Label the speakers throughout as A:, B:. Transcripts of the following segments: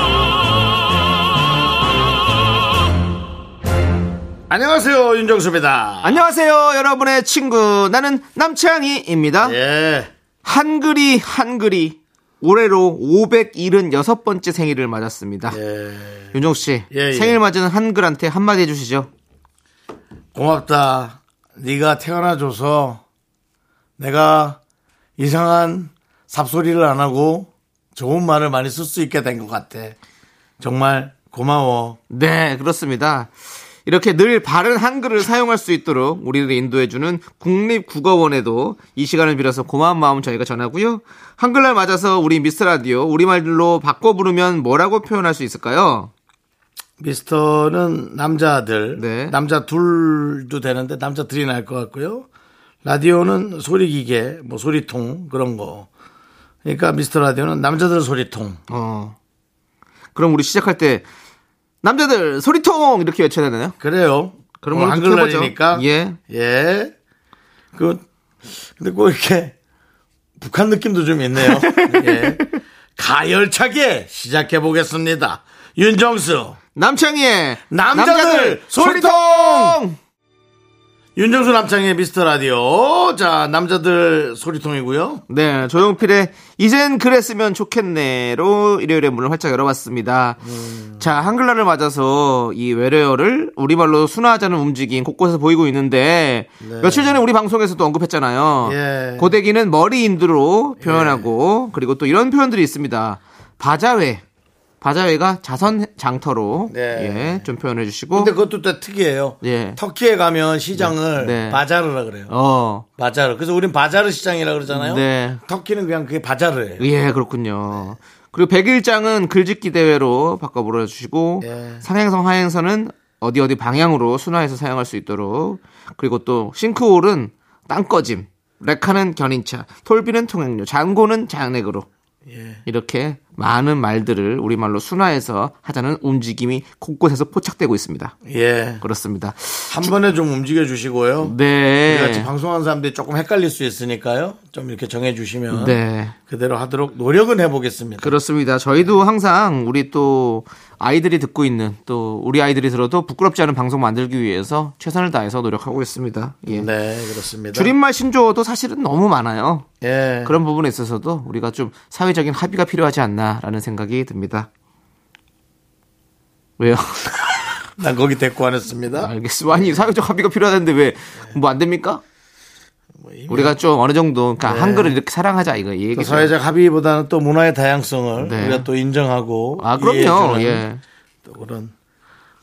A: 안녕하세요 윤정수입니다.
B: 안녕하세요, 여러분의 친구. 나는 남창희입니다.
A: 예.
B: 한글이, 한글이. 올해로 576번째 생일을 맞았습니다.
A: 예.
B: 윤종씨,
A: 예, 예.
B: 생일 맞은 한글한테 한마디 해주시죠.
A: 고맙다. 네가 태어나줘서 내가 이상한 삽소리를 안 하고 좋은 말을 많이 쓸 수 있게 된 것 같아. 정말 고마워.
B: 네, 그렇습니다. 이렇게 늘 바른 한글을 사용할 수 있도록 우리를 인도해주는 국립국어원에도 이 시간을 빌어서 고마운 마음 저희가 전하고요. 한글날 맞아서 우리 미스라디오, 우리말로 바꿔 부르면 뭐라고 표현할 수 있을까요?
A: 미스터는 남자들,
B: 네.
A: 남자 둘도 되는데 남자 둘이 나을 것 같고요. 라디오는 소리기계, 뭐 소리통 그런 거. 그러니까 미스터 라디오는 남자들 소리통.
B: 어. 그럼 우리 시작할 때 남자들 소리통 이렇게 외쳐야 되나요?
A: 그래요.
B: 그럼
A: 오늘
B: 한번 해보죠.
A: 한글날이니까.
B: 예.
A: 예. 그, 근데 꼭 이렇게 북한 느낌도 좀 있네요. 예. 가열차게 시작해 보겠습니다. 윤정수.
B: 남창희의
A: 남자들 소리통! 윤정수 남창의 미스터 라디오. 자, 남자들 소리통이고요.
B: 네, 조용필의 이젠 그랬으면 좋겠네로 일요일에 문을 활짝 열어봤습니다.
A: 음.
B: 자, 한글날을 맞아서 이 외래어를 우리말로 순화하자는 움직임 곳곳에서 보이고 있는데 며칠 전에 우리 방송에서도 언급했잖아요.
A: 네. 예.
B: 고데기는 머리 인두로 표현하고 그리고 또 이런 표현들이 있습니다. 바자회. 바자회가 자선 장터로
A: 네.
B: 예, 좀 표현해 주시고
A: 근데 그것도 다 특이해요.
B: 예.
A: 터키에 가면 시장을
B: 네. 네.
A: 바자르라 그래요.
B: 어.
A: 바자르. 그래서 우린 바자르 시장이라 그러잖아요.
B: 네.
A: 터키는 그냥 그게 바자르예요.
B: 예, 그렇군요. 그리고 백일장은 글짓기 대회로 바꿔 불러주시고
A: 예.
B: 상행성 하행선은 어디 어디 방향으로 순화해서 사용할 수 있도록 그리고 또 싱크홀은 땅꺼짐 렉카는 견인차 톨비는 통행료 장고는 장액으로
A: 예.
B: 이렇게 많은 말들을 우리말로 순화해서 하자는 움직임이 곳곳에서 포착되고 있습니다.
A: 예.
B: 그렇습니다.
A: 한 번에 좀 움직여 주시고요. 우리 같이
B: 네.
A: 방송하는 사람들이 조금 헷갈릴 수 있으니까요. 좀 이렇게 정해 주시면
B: 네.
A: 그대로 하도록 노력은 해보겠습니다.
B: 그렇습니다. 저희도 항상 우리 또 아이들이 듣고 있는 또 우리 아이들이 들어도 부끄럽지 않은 방송 만들기 위해서 최선을 다해서 노력하고 있습니다. 예.
A: 네, 그렇습니다.
B: 줄임말 신조어도 사실은 너무 많아요.
A: 예.
B: 그런 부분에 있어서도 우리가 좀 사회적인 합의가 필요하지 않나라는 생각이 듭니다. 왜요?
A: 난 거기 대꾸 안 했습니다.
B: 알겠습니다. 아니 사회적 합의가 필요하다는데 왜 뭐 안 됩니까? 우리가 좀 어느 정도 그러니까 한글을 이렇게 사랑하자 이거
A: 뭐
B: 이
A: 네. 또
B: 얘기죠.
A: 사회적 합의보다는 또 문화의 다양성을
B: 네.
A: 우리가 또 인정하고
B: 아 그럼요.
A: 이해해주는
B: 예.
A: 또 그런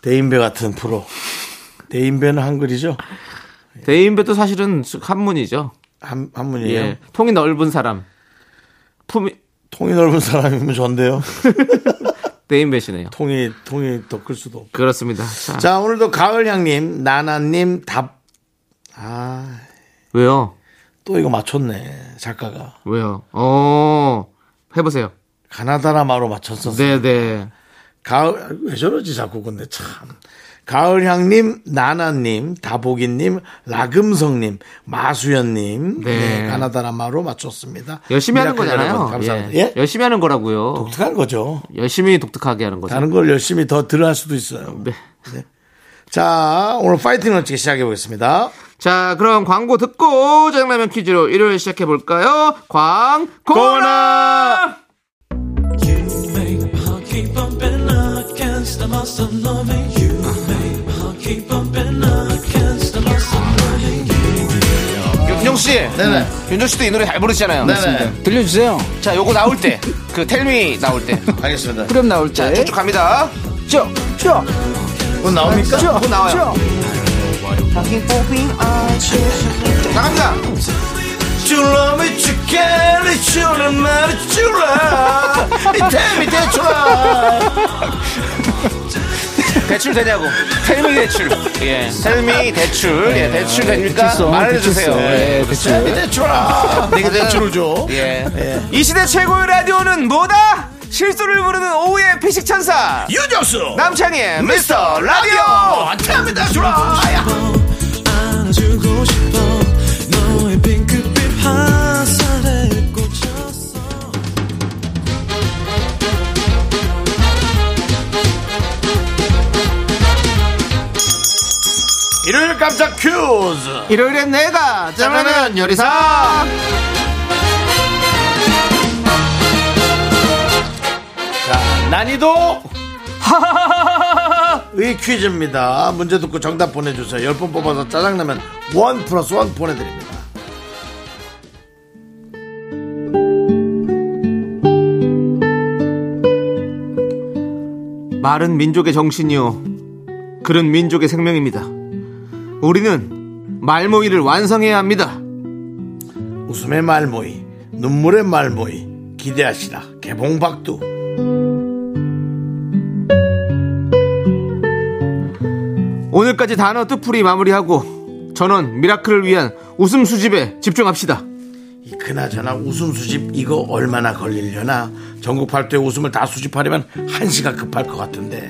A: 대인배 같은 프로. 대인배는 한글이죠.
B: 대인배도 사실은 한문이죠.
A: 한 한문이에요.
B: 예. 통이 넓은 사람. 품이
A: 통이 넓은 사람이면 좋은데요.
B: 대인 배시네요.
A: 통이 통이 더 클 수도 없고.
B: 그렇습니다. 자,
A: 자, 오늘도 가을향님, 나나님, 답. 아,
B: 왜요?
A: 또 이거 맞췄네, 작가가.
B: 왜요? 어. 해 보세요.
A: 가나다라마로 맞췄었어.
B: 네, 네.
A: 가을, 왜 저러지 자꾸 근데 참. 가을향님, 나나님, 다보기님, 라금성님, 마수연님,
B: 네.
A: 네, 가나다라마로 맞췄습니다.
B: 열심히 하는
A: 미라클
B: 거잖아요.
A: 여러분, 감사합니다.
B: 예.
A: 예?
B: 열심히 하는 거라고요.
A: 독특한 거죠.
B: 열심히 독특하게 하는 거죠.
A: 다른 걸 열심히 더 들어할 수도 있어요.
B: 네.
A: 자, 오늘 파이팅 넘치게 시작해 보겠습니다.
B: 자, 그럼 광고 듣고 짜장라면 퀴즈로 일요일 시작해 볼까요? 광고나 윤정 씨, 네네. 윤정 씨도 이 노래 잘 부르시잖아요.
A: 네네.
C: 들려주세요.
B: 자, 요거 나올 때, 그 텔미 나올 때,
A: 알겠습니다.
C: 그럼 나올 때.
B: 쭉쭉 갑니다.
C: 쭉, 쭉,
A: 곧 나옵니까?
C: 쭉,
B: 곧 나와요.
C: 쭉.
B: 나갑니다.
A: You love me, you care,
B: 네
A: it's your man, it's your love. Tell me that you love.
B: 대출 되냐고. 텔미 대출. 예. 텔미 대출. 예. 대출 됩니까?
C: 대출성,
B: 말해주세요.
C: 대출성.
B: 예.
C: 예, 대출. 네,
A: 대출아. 내가 대출을 줘.
B: 예. 이 시대 최고의 라디오는 뭐다? 실수를 부르는 오후의 피식천사.
A: 유정수.
B: 남창희의 미스터 라디오!
A: 안타면
C: 네,
A: 대출아.
D: 안아주고 싶어 너의 핑크빛 화살에 꽂혔어
A: 일요일 깜짝 퀴즈.
B: 일요일엔 내가 짜라는 요리사
A: 난이도 의 퀴즈입니다. 문제 듣고 정답 보내주세요. 10분 뽑아서 짜장라면 원 플러스 원 보내드립니다.
B: 말은 민족의 정신이요 글은 민족의 생명입니다 우리는 말모이를 완성해야 합니다
A: 웃음의 말모이, 눈물의 말모이, 기대하시라. 개봉박두.
B: 오늘까지 단어 뜻풀이 마무리하고 전원 미라클을 위한 웃음 수집에 집중합시다
A: 이 그나저나 웃음 수집 이거 얼마나 걸리려나? 전국 팔도의 웃음을 다 수집하려면 한 시간 급할 것 같은데.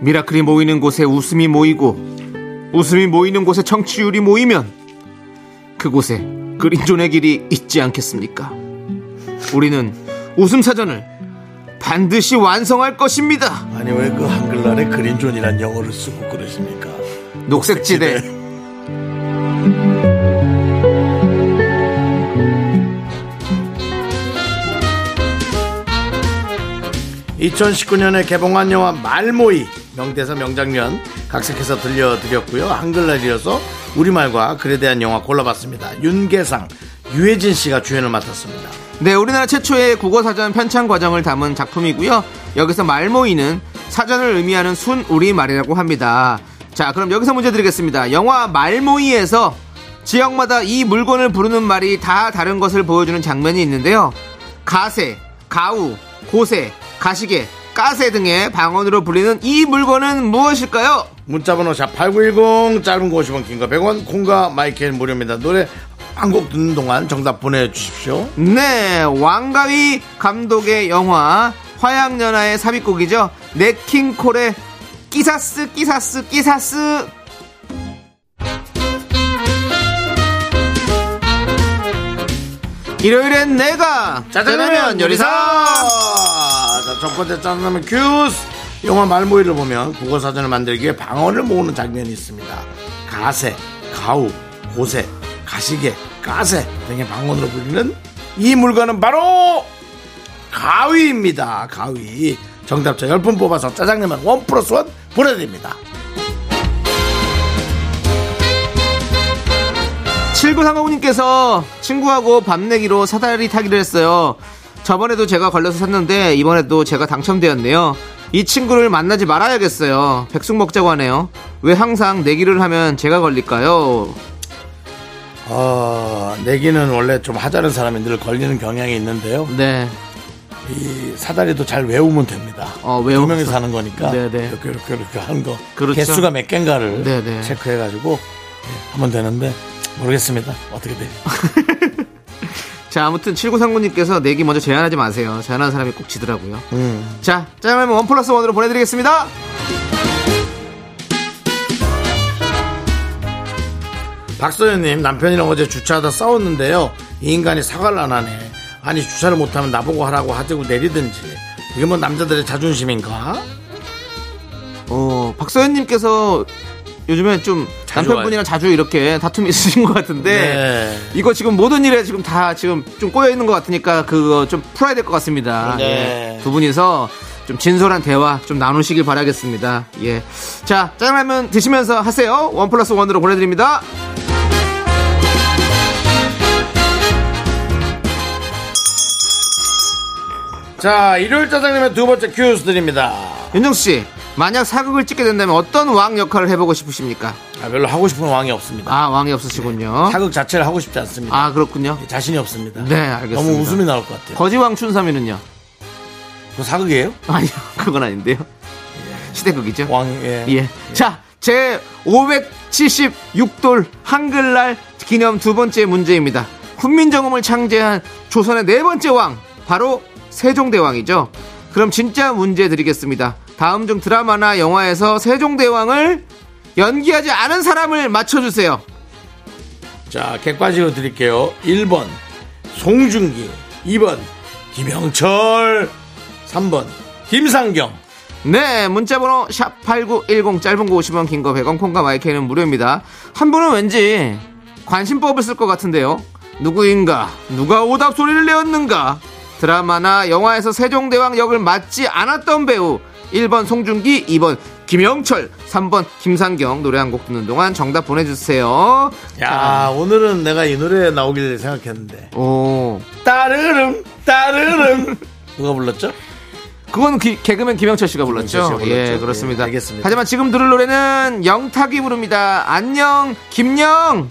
B: 미라클이 모이는 곳에 웃음이 모이고 웃음이 모이는 곳에 청취율이 모이면 그곳에 그린존의 길이 있지 않겠습니까? 우리는 웃음 사전을 반드시 완성할 것입니다.
A: 아니 왜 그 한글날에 그린존이란 영어를 쓰고 그러십니까?
B: 녹색지대
A: 네. 2019년에 개봉한 영화 말모이 명대사 명장면 각색해서 들려드렸고요. 한글날이어서 우리말과 글에 대한 영화 골라봤습니다. 윤계상, 유해진 씨가 주연을 맡았습니다.
B: 네, 우리나라 최초의 국어 사전 편찬 과정을 담은 작품이고요. 여기서 말모이는 사전을 의미하는 순 우리말이라고 합니다. 자, 그럼 여기서 문제 드리겠습니다. 영화 말모이에서 지역마다 이 물건을 부르는 말이 다 다른 것을 보여주는 장면이 있는데요. 가세, 가우, 고세, 가시게, 까세 등의 방언으로 불리는 이 물건은 무엇일까요?
A: 문자번호 샵8910 짧은 거 50원 긴 거 100원 콩과 마이크는 무료입니다 노래 한 곡 듣는 동안 정답 보내주십시오
B: 네, 왕가위 감독의 영화 화양연화의 삽입곡이죠. 네킹콜의 끼사스 끼사스 끼사스 일요일엔 내가 짜장라면 요리사
A: 자, 첫 번째 짜장라면 큐스 영화 말모이를 보면 국어사전을 만들기 위해 방언을 모으는 장면이 있습니다 가세, 가우, 고세, 가시게, 가세 등의 방언으로 불리는 이 물건은 바로 가위입니다 가위 정답자 10분 뽑아서 짜장라면 원 플러스 원 보내드립니다
B: 7935님께서 친구하고 밤내기로 사다리 타기를 했어요. 저번에도 제가 걸려서 샀는데 이번에도 제가 당첨되었네요. 이 친구를 만나지 말아야겠어요. 백숙 먹자고 하네요. 왜 항상 내기를 하면 제가 걸릴까요?
A: 어, 내기는 원래 좀 하자는 사람이 늘 걸리는 경향이 있는데요.
B: 네.
A: 이 사다리도 잘 외우면 됩니다.
B: 어,
A: 두
B: 외워서.
A: 명이 사는 거니까
B: 네네.
A: 이렇게 이렇게 이렇게 하는 거
B: 그렇죠.
A: 개수가 몇 개인가를
B: 네네.
A: 체크해가지고 예, 하면 되는데 모르겠습니다. 어떻게 돼?
B: 자, 아무튼 7939님께서 내기 먼저 제안하지 마세요. 제안하는 사람이 꼭 지더라고요. 자, 짜장라면 원 플러스 원으로 보내드리겠습니다.
A: 박서연님 남편이랑 어제 주차하다 싸웠는데요. 이 인간이 사과를 안 하네. 아니 주차를 못하면 나보고 하라고 하자고 내리든지 이게 뭐 남자들의 자존심인가?
B: 어, 박서연님께서 요즘에 좀
A: 자주
B: 남편분이랑 자주 이렇게 다툼이 있으신 것 같은데
A: 네.
B: 이거 지금 모든 일에 지금 다 지금 좀 꼬여 있는 것 같으니까 그거 좀 풀어야 될 것 같습니다.
A: 네.
B: 예. 두 분이서 좀 진솔한 대화 좀 나누시길 바라겠습니다. 예. 자, 짜장라면 드시면서 하세요. 원 플러스 원으로 보내드립니다.
A: 자 일요일 짜장라면 두 번째 큐스 드립니다.
B: 윤정수 씨, 만약 사극을 찍게 된다면 어떤 왕 역할을 해보고 싶으십니까?
A: 아, 별로 하고 싶은 왕이 없습니다.
B: 아, 왕이 없으시군요.
A: 네. 사극 자체를 하고 싶지 않습니다.
B: 아, 그렇군요.
A: 자신이 없습니다.
B: 네, 알겠습니다.
A: 너무 웃음이 나올 것 같아요.
B: 거지왕 춘삼이는요?
A: 그거 그 사극이에요?
B: 아니요, 그건 아닌데요. 시대극이죠.
A: 예. 왕, 예.
B: 예. 자, 제 576돌 한글날 기념 두 번째 문제입니다. 훈민정음을 창제한 조선의 네 번째 왕, 바로 세종대왕이죠. 그럼 진짜 문제 드리겠습니다. 다음 중 드라마나 영화에서 세종대왕을 연기하지 않은 사람을 맞춰주세요.
A: 자, 객관식으로 드릴게요. 1번, 송중기. 2번, 김영철. 3번, 김상경.
B: 네, 문자번호 샵8910 짧은 거 50원, 긴 거 100원, 콩과 마이크는 무료입니다. 한 분은 왠지 관심법을 쓸 것 같은데요. 누구인가? 누가 오답 소리를 내었는가? 드라마나 영화에서 세종대왕 역을 맡지 않았던 배우 1번 송중기, 2번 김영철, 3번 김상경 노래 한 곡 듣는 동안 정답 보내주세요.
A: 야, 아, 오늘은 내가 이 노래 나오길 생각했는데.
B: 오,
A: 따르릉, 따르릉. 누가 불렀죠?
B: 그건 기- 개그맨 김영철 씨가 불렀죠.
A: 김영철 씨가 불렀죠.
B: 예, 그렇습니다.
A: 예, 알겠습니다.
B: 하지만 지금 들을 노래는 영탁이 부릅니다. 안녕, 김영.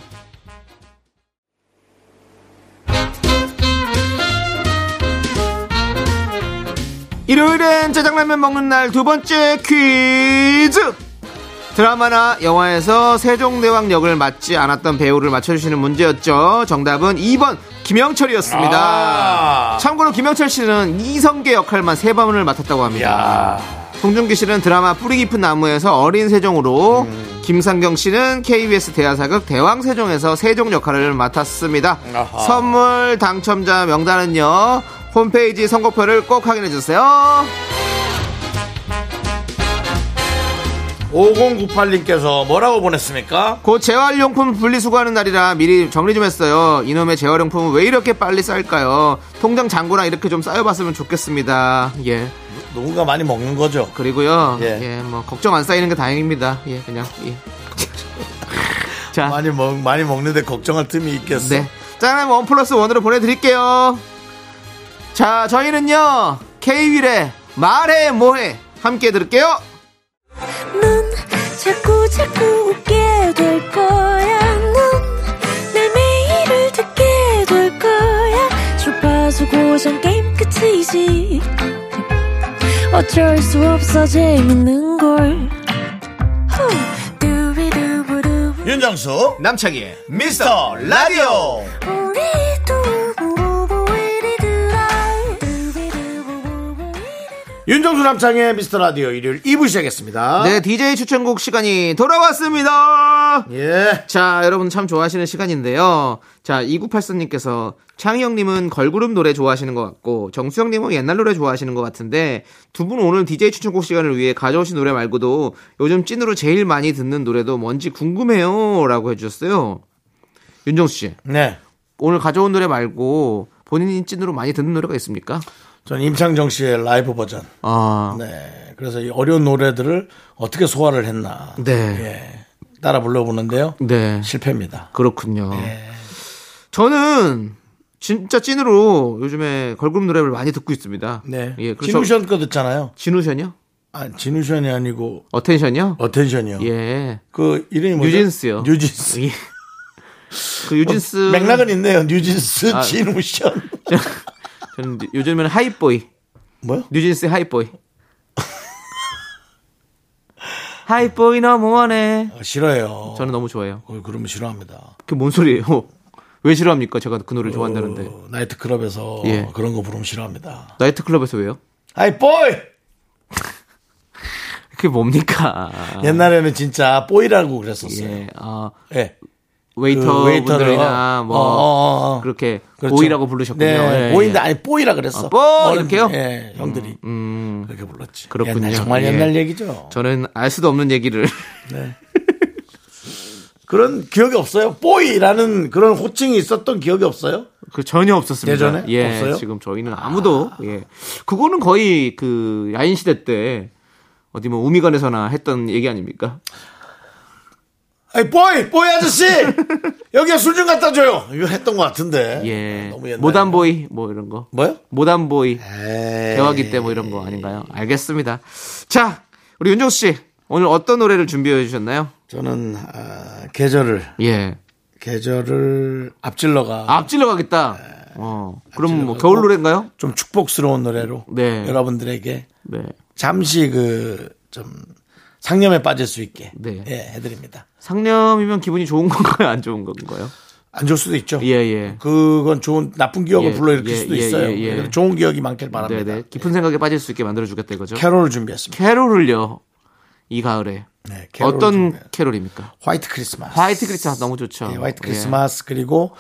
B: 일요일엔 짜장라면 먹는 날 두 번째 퀴즈. 드라마나 영화에서 세종대왕 역을 맡지 않았던 배우를 맞춰주시는 문제였죠. 정답은 2번 김영철이었습니다.
A: 아.
B: 참고로 김영철 씨는 이성계 역할만 세 번을 맡았다고 합니다.
A: 야
B: 송중기 씨는 드라마 뿌리 깊은 나무에서 어린 세종으로
A: 음.
B: 김상경 씨는 KBS 대하사극 대왕 세종에서 세종 역할을 맡았습니다.
A: 아하.
B: 선물 당첨자 명단은요. 홈페이지 선거표를 꼭 확인해 주세요.
A: 5098님께서 뭐라고 보냈습니까?
B: 곧 재활용품 분리수거하는 날이라 미리 정리 좀 했어요. 이놈의 재활용품은 왜 이렇게 빨리 쌓일까요? 통장 잔고나 이렇게 좀 쌓여봤으면 좋겠습니다. 예.
A: 누군가 많이 먹는 거죠.
B: 그리고요.
A: 예.
B: 예. 뭐 걱정 안 쌓이는 게 다행입니다. 예, 그냥. 예. 자,
A: 많이 먹, 많이 먹는데 걱정할 틈이 있겠어.
B: 네. 짜장라면 원 플러스 원으로 보내드릴게요. 자, 저희는요. K-윌의 말해 뭐해 함께 들을게요.
C: 넌 자꾸 자꾸 웃게 될 거야. 넌내 매일을 듣게 될 거야. 주파수 고정 게임 끝이지. 어쩔 수 없어 재밌는 걸. 후. 두비두부두.
A: 윤정수,
B: 남창희의
A: 미스터 라디오.
C: 우리 두부부부이리두라. 두비두부부부이리두라.
A: 윤정수 남창의 미스터 라디오 일요일 2부 시작했습니다.
B: 네, DJ 추천곡 시간이 돌아왔습니다.
A: 예.
B: 자, 여러분 참 좋아하시는 시간인데요. 자, 2984님께서 창희형님은 걸그룹 노래 좋아하시는 것 같고 정수영님은 옛날 노래 좋아하시는 것 같은데 두 분 오늘 DJ 추천곡 시간을 위해 가져오신 노래 말고도 요즘 찐으로 제일 많이 듣는 노래도 뭔지 궁금해요라고 해주셨어요. 윤정수 씨,
A: 네.
B: 오늘 가져온 노래 말고 본인이 찐으로 많이 듣는 노래가 있습니까?
A: 전 임창정 씨의 라이브 버전.
B: 아,
A: 네. 그래서 이 어려운 노래들을 어떻게 소화를 했나.
B: 네,
A: 예. 따라 불러보는데요.
B: 네.
A: 실패입니다.
B: 그렇군요.
A: 예.
B: 저는 진짜 찐으로 요즘에 걸그룹 노래를 많이 듣고 있습니다.
A: 네.
B: 예, 그래서
A: 진우션 거 듣잖아요.
B: 진우션이요?
A: 아, 진우션이 아니고
B: 어텐션이요?
A: 어텐션이요.
B: 예.
A: 그 이름이 뭐죠?
B: 뉴진스요.
A: 뉴진스.
B: 예. 그 유진스
A: 어, 맥락은 있네요. 뉴진스,
B: 아.
A: 진우션.
B: 저는 요즘에는 하이보이.
A: 뭐요?
B: 뉴진스 하이보이. 하이보이 너무하네.
A: 아, 싫어요.
B: 저는 너무 좋아해요.
A: 어, 그러면 싫어합니다.
B: 그게 뭔 소리예요? 왜 싫어합니까? 제가 그 노래 좋아한다는데.
A: 어, 나이트클럽에서
B: 예.
A: 그런 거 부르면 싫어합니다.
B: 나이트클럽에서 왜요?
A: 아이, 뽀이!
B: 그게 뭡니까?
A: 옛날에는 진짜 뽀이라고 그랬었어요.
B: 아. 예. 아,
A: 예.
B: 웨이터
A: 그 웨이터를,
B: 분들이나
A: 어,
B: 뭐
A: 어, 어, 어.
B: 그렇게
A: 그렇죠.
B: 보이라고 부르셨군요.
A: 네,
B: 예,
A: 보인데
B: 예.
A: 아니 뽀이라 그랬어.
B: 아, 뽀! 이렇게요?
A: 예, 형들이 그렇게 불렀지.
B: 그렇군요.
A: 옛날, 정말
B: 예.
A: 옛날 얘기죠.
B: 저는 알 수도 없는 얘기를
A: 그런 기억이 없어요. 뽀이라는 그런 호칭이 있었던 기억이 없어요.
B: 그 전혀 없었습니다.
A: 예전에?
B: 예,
A: 없어요?
B: 지금 저희는 아무도 예. 그거는 거의 그 야인 시대 때 어디 뭐 우미관에서나 했던 얘기 아닙니까?
A: 아이 뽀이, 뽀이 아저씨 여기에 술 좀 갖다 줘요. 이거 했던 것 같은데.
B: 예.
A: 너무 옛날.
B: 모단보이 뭐 이런 거.
A: 뭐요?
B: 모단보이
A: 에이.
B: 대화기 때 뭐 이런 거 아닌가요? 알겠습니다. 자, 우리 윤정수 씨 오늘 어떤 노래를 준비해 주셨나요?
A: 저는 아, 계절을
B: 예. 아,
A: 계절을 앞질러가
B: 앞질러 가겠다. 어. 그럼 뭐 겨울 노래인가요?
A: 좀 축복스러운 노래로
B: 네.
A: 여러분들에게
B: 네.
A: 잠시 그 좀 상념에 빠질 수 있게
B: 네.
A: 예, 해드립니다.
B: 상념이면 기분이 좋은 건가요? 안 좋은 건가요?
A: 안 좋을 수도 있죠.
B: 예, 예.
A: 네. 그건 좋은 나쁜 기억을
B: 예,
A: 불러일으킬
B: 예,
A: 수도
B: 예,
A: 있어요.
B: 예, 예.
A: 그래서 좋은 기억이 많길
B: 네,
A: 바랍니다.
B: 네. 깊은 생각에 빠질 수 있게 만들어주겠다 이거죠.
A: 캐롤을 준비했습니다.
B: 캐롤을요. 이 가을에.
A: 네, 캐롤을
B: 어떤
A: 준비해요.
B: 캐롤입니까?
A: 화이트 크리스마스.
B: 화이트 어, 크리스마스 너무 좋죠.
A: 예, 화이트 크리스마스 그리고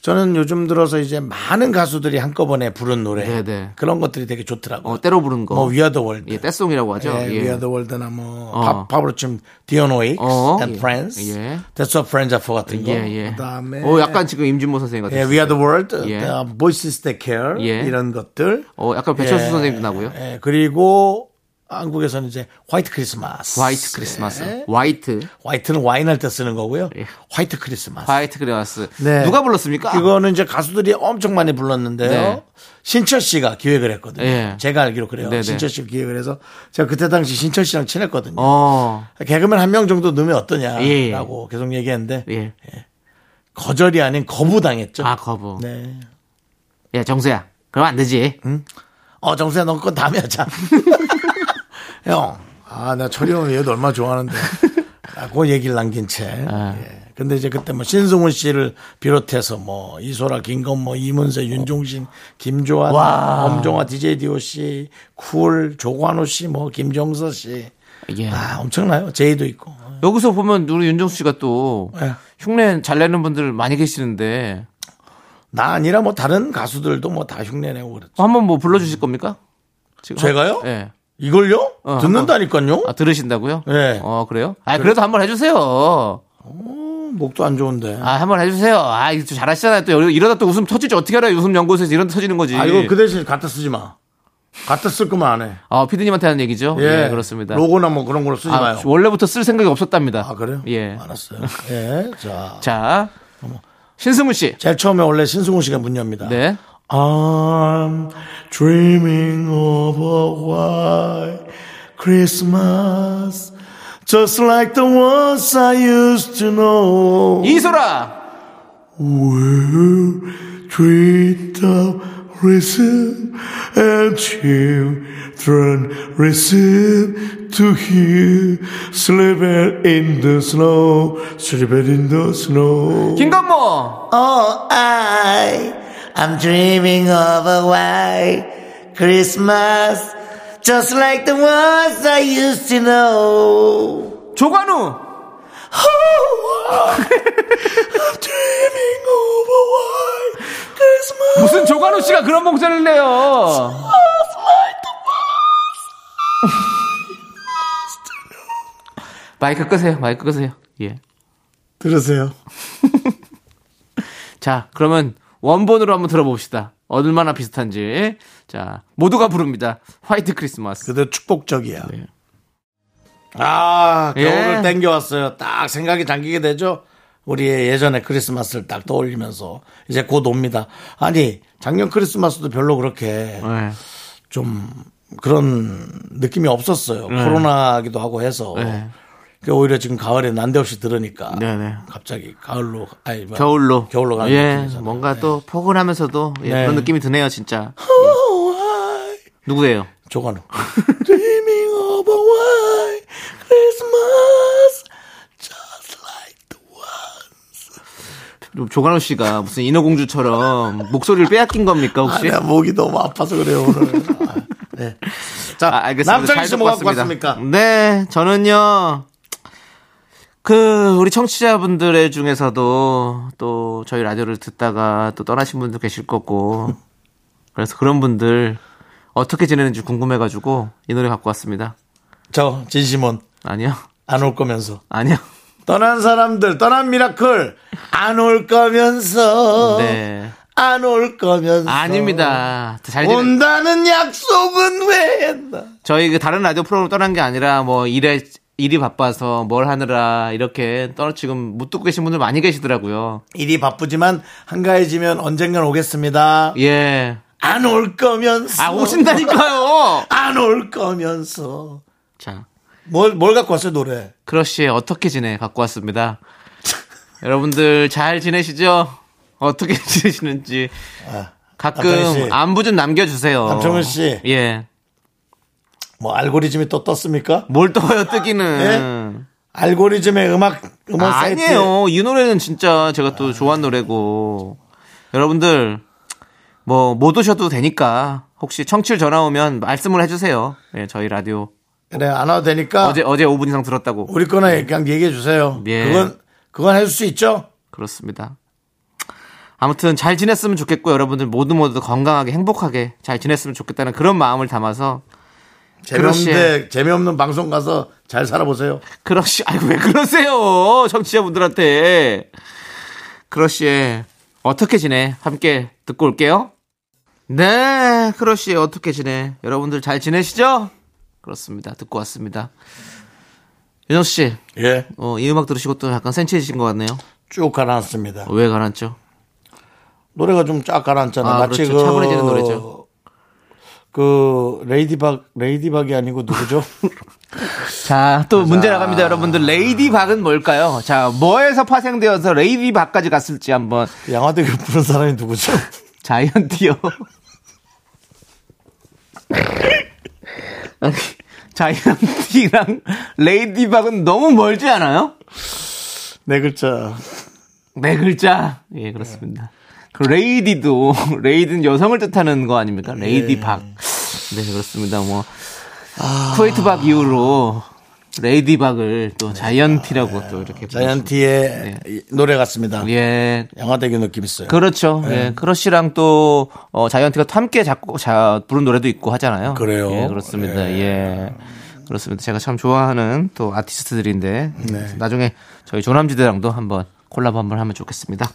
A: 저는 요즘 들어서 이제 많은 가수들이 한꺼번에 부른 노래
B: 네, 네.
A: 그런 것들이 되게 좋더라고요.
B: 어, 때로 부른 거.
A: 뭐 위아더 월드.
B: 예, 떼송이라고 하죠.
A: 예,
B: 예.
A: 위아더 월드나 뭐
B: 어.
A: 팝, 팝으로 치면 디어노이스
B: 어,
A: and
B: 예.
A: Friends.
B: 예.
A: That's what friends are for 같은 거.
B: 예, 예.
A: 그다음에
B: 어, 약간 지금 임진모 선생님 같은.
A: 예, We Are the World,
B: 예.
A: 어, Voices That Care
B: 예.
A: 이런 것들.
B: 어, 약간 배철수
A: 예.
B: 선생님도 나고요.
A: 예, 그리고 한국에서는 이제 화이트 크리스마스.
B: 화이트 크리스마스.
A: 예.
B: 화이트.
A: 화이트는 와인 할 때 쓰는 거고요.
B: 예.
A: 화이트 크리스마스.
B: 화이트 크리스마스.
A: 네.
B: 누가 불렀습니까?
A: 그거는 이제 가수들이 엄청 많이 불렀는데요.
B: 네.
A: 신철 씨가 기획을 했거든요.
B: 예.
A: 제가 알기로 그래요.
B: 네네.
A: 신철 씨가 기획을 해서 제가 그때 당시 신철 씨랑 친했거든요.
B: 어.
A: 개그맨 한 명 정도 넣으면 어떠냐라고
B: 예.
A: 계속 얘기했는데
B: 예.
A: 거절이 아닌 거부당했죠.
B: 아, 거부.
A: 네.
B: 야, 정수야. 그럼 안 되지.
A: 어 정수야 너 그건 다음에 하자. 형. 아, 나 철이형 얘도 얼마 나 좋아하는데. 라고 얘기를 남긴 채.
B: 아.
A: 예. 근데 이제 그때 뭐 신승훈 씨를 비롯해서 뭐 이소라, 김건, 뭐 이문세, 윤종신, 김조한, 엄종화, DJ DOC, 쿨, 조관호 씨, 뭐 김정서 씨.
B: 예.
A: 아, 엄청나요. 제이도 있고.
B: 여기서 보면 우리 윤정수 씨가 또
A: 예.
B: 흉내 잘 내는 분들 많이 계시는데
A: 나 아니라 뭐 다른 가수들도 뭐 다 흉내내고 그랬죠.
B: 한번 뭐 불러주실 겁니까? 지금
A: 제가요?
B: 한- 예.
A: 이걸요?
B: 어,
A: 듣는다니까요?
B: 아, 들으신다고요?
A: 예.
B: 어, 그래요? 아, 그래도 한번 해주세요.
A: 어, 목도 안 좋은데.
B: 아, 한번 해주세요. 아, 이거 또 잘하시잖아요. 또 이러- 이러다 또 웃음 터질지 어떻게 알아요? 웃음 연구소에서 이런 데 터지는 거지.
A: 아, 이거 그 대신 갖다 쓰지 마. 갖다 쓸 거만 안 해.
B: 아, 피디님한테 하는 얘기죠? 예, 그렇습니다.
A: 로고나 뭐 그런 걸로 쓰지
B: 아,
A: 마요.
B: 원래부터 쓸 생각이 없었답니다.
A: 아, 그래요?
B: 예.
A: 알았어요. 예. 자.
B: 자, 신승훈 씨.
A: 제일 처음에 원래 신승훈 씨가 문 엽니다.
B: 네.
A: I'm dreaming of a white Christmas. Just like the ones I used to know.
B: 이소라!
A: We'll treat the risen and children risen to hear sleeping in the snow, sleeping in the snow.
B: 김건모!
A: Oh, I, I'm dreaming of a white Christmas, just like the ones I used to know.
B: 조관우!
A: dreaming of a white Christmas.
B: 무슨 조관우 씨가 그런 목소리를 내요? 마이크 끄세요, 마이크 끄세요. 예.
A: 들으세요.
B: 자, 그러면 원본으로 한번 들어봅시다. 얼마나 비슷한지. 자, 모두가 부릅니다. 화이트 크리스마스.
A: 그대 축복적이야. 아, 겨울을
B: 예.
A: 땡겨왔어요. 딱 생각이 잠기게 되죠. 우리의 예전의 크리스마스를 딱 떠올리면서 이제 곧 옵니다. 아니, 작년 크리스마스도 별로 그렇게
B: 네.
A: 좀 그런 느낌이 없었어요. 코로나기도 하고 해서.
B: 네.
A: 그 오히려 지금 가을에 난데없이 들으니까
B: 네, 네.
A: 갑자기 가을로 아니 뭐야.
B: 겨울로.
A: 겨울로 가는
B: 예,
A: 느낌이잖아요.
B: 뭔가 또 포근하면서도 예,
A: 네.
B: 그런 느낌이 드네요, 진짜. 누구예요?
A: Oh, 조관우. Dreaming of a white Christmas, just like the one.
B: 조관우 씨가 무슨 인어공주처럼 목소리를 빼앗긴 겁니까,
A: 아,
B: 혹시?
A: 내가 목이 너무 아파서 그래요 오늘. 아, 네. 자,
B: 아, 알겠습니다.
A: 남창희
B: 잘
A: 씨 뭐가
B: 섞었습니다.
A: 왔습니까?
B: 네, 저는요. 그 우리 청취자분들 중에서도 또 저희 라디오를 듣다가 또 떠나신 분도 계실 거고. 그래서 그런 분들 어떻게 지내는지 궁금해 가지고 이 노래 갖고 왔습니다.
A: 저 진심은
B: 아니요.
A: 안 올 거면서
B: 아니요.
A: 떠난 사람들, 떠난 미라클 안 올 거면서
B: 네.
A: 안 올 거면서
B: 아닙니다. 잘 지내.
A: 온다는 약속은 왜 했나?
B: 저희 그 다른 라디오 프로그램 떠난 게 아니라 뭐 일에 일이 바빠서 뭘 하느라 이렇게 떠 지금 못 듣고 계신 분들 많이 계시더라고요.
A: 일이 바쁘지만 한가해지면 언젠간 오겠습니다.
B: 예.
A: 안 올 거면서
B: 아 오신다니까요.
A: 안 올 거면서
B: 자,
A: 뭘, 뭘 갖고 왔어요 노래
B: 크러쉬의 어떻게 지내 갖고 왔습니다. 여러분들 잘 지내시죠? 어떻게 지내시는지
A: 아, 남정희
B: 가끔
A: 씨.
B: 안부 좀 남겨주세요.
A: 남정희 씨.
B: 예.
A: 뭐 알고리즘이 또 떴습니까?
B: 뭘 떠요
A: 예?
B: 뜨기는.
A: 알고리즘의 음악 음원
B: 아,
A: 사이트
B: 니에요이 노래는 진짜 제가 또 좋아하는 노래고 여러분들 뭐 못 오셔도 되니까 혹시 청취율 전화 오면 말씀을 해주세요. 예, 저희 라디오
A: 네, 안 와도 되니까
B: 어제 어제 5분 이상 들었다고
A: 우리 거나 그냥 얘기해 주세요.
B: 예.
A: 그건 그건 해줄 수 있죠.
B: 그렇습니다. 아무튼 잘 지냈으면 좋겠고 여러분들 모두 모두 건강하게 행복하게 잘 지냈으면 좋겠다는 그런 마음을 담아서
A: 재미없는데 재미없는 방송 가서 잘 살아보세요.
B: 크러쉬 아이고 왜 그러세요 청취자분들한테 크러쉬의 어떻게 지내 함께 듣고 올게요 네 크러쉬의 어떻게 지내 여러분들 잘 지내시죠 그렇습니다 듣고 왔습니다 윤정씨
A: 예,
B: 어, 이 음악 들으시고 또 약간 센치해지신 것 같네요 어,
A: 쭉 가라앉습니다.
B: 왜 가라앉죠
A: 노래가 좀 쫙 가라앉잖아요.
B: 아,
A: 마치
B: 그렇죠.
A: 그
B: 차분해지는 노래죠.
A: 그 레이디박 레이디박이 아니고 누구죠?
B: 자 또 문제 나갑니다 여러분들 레이디 박은 뭘까요 자 뭐에서 파생되어서 레이디 박까지 갔을지 한번
A: 양화대교 부른 사람이 누구죠?
B: 자이언티요. 아니, 자이언티랑 레이디박은 너무 멀지 않아요?
A: 네 글자.
B: 네 글자. 예, 그렇습니다. 그 레이디도 레이디는 여성을 뜻하는 거 아닙니까? 레이디박. 네, 그렇습니다. 뭐 아. 쿠웨이트박 이후로 레이디박을 또 자이언티라고 또 이렇게
A: 자이언티의 이 노래 같습니다.
B: 네. 예,
A: 양화대교 느낌 있어요.
B: 그렇죠.
A: 네.
B: 예, 크러쉬랑 또 어, 자이언티가 또 함께 작곡 자 부른 노래도 있고 하잖아요.
A: 그래요?
B: 예, 그렇습니다. 예. 그렇습니다. 제가 참 좋아하는 또 아티스트들인데
A: 네.
B: 나중에 저희 조남지대랑도 한번 콜라보 한번 하면 좋겠습니다.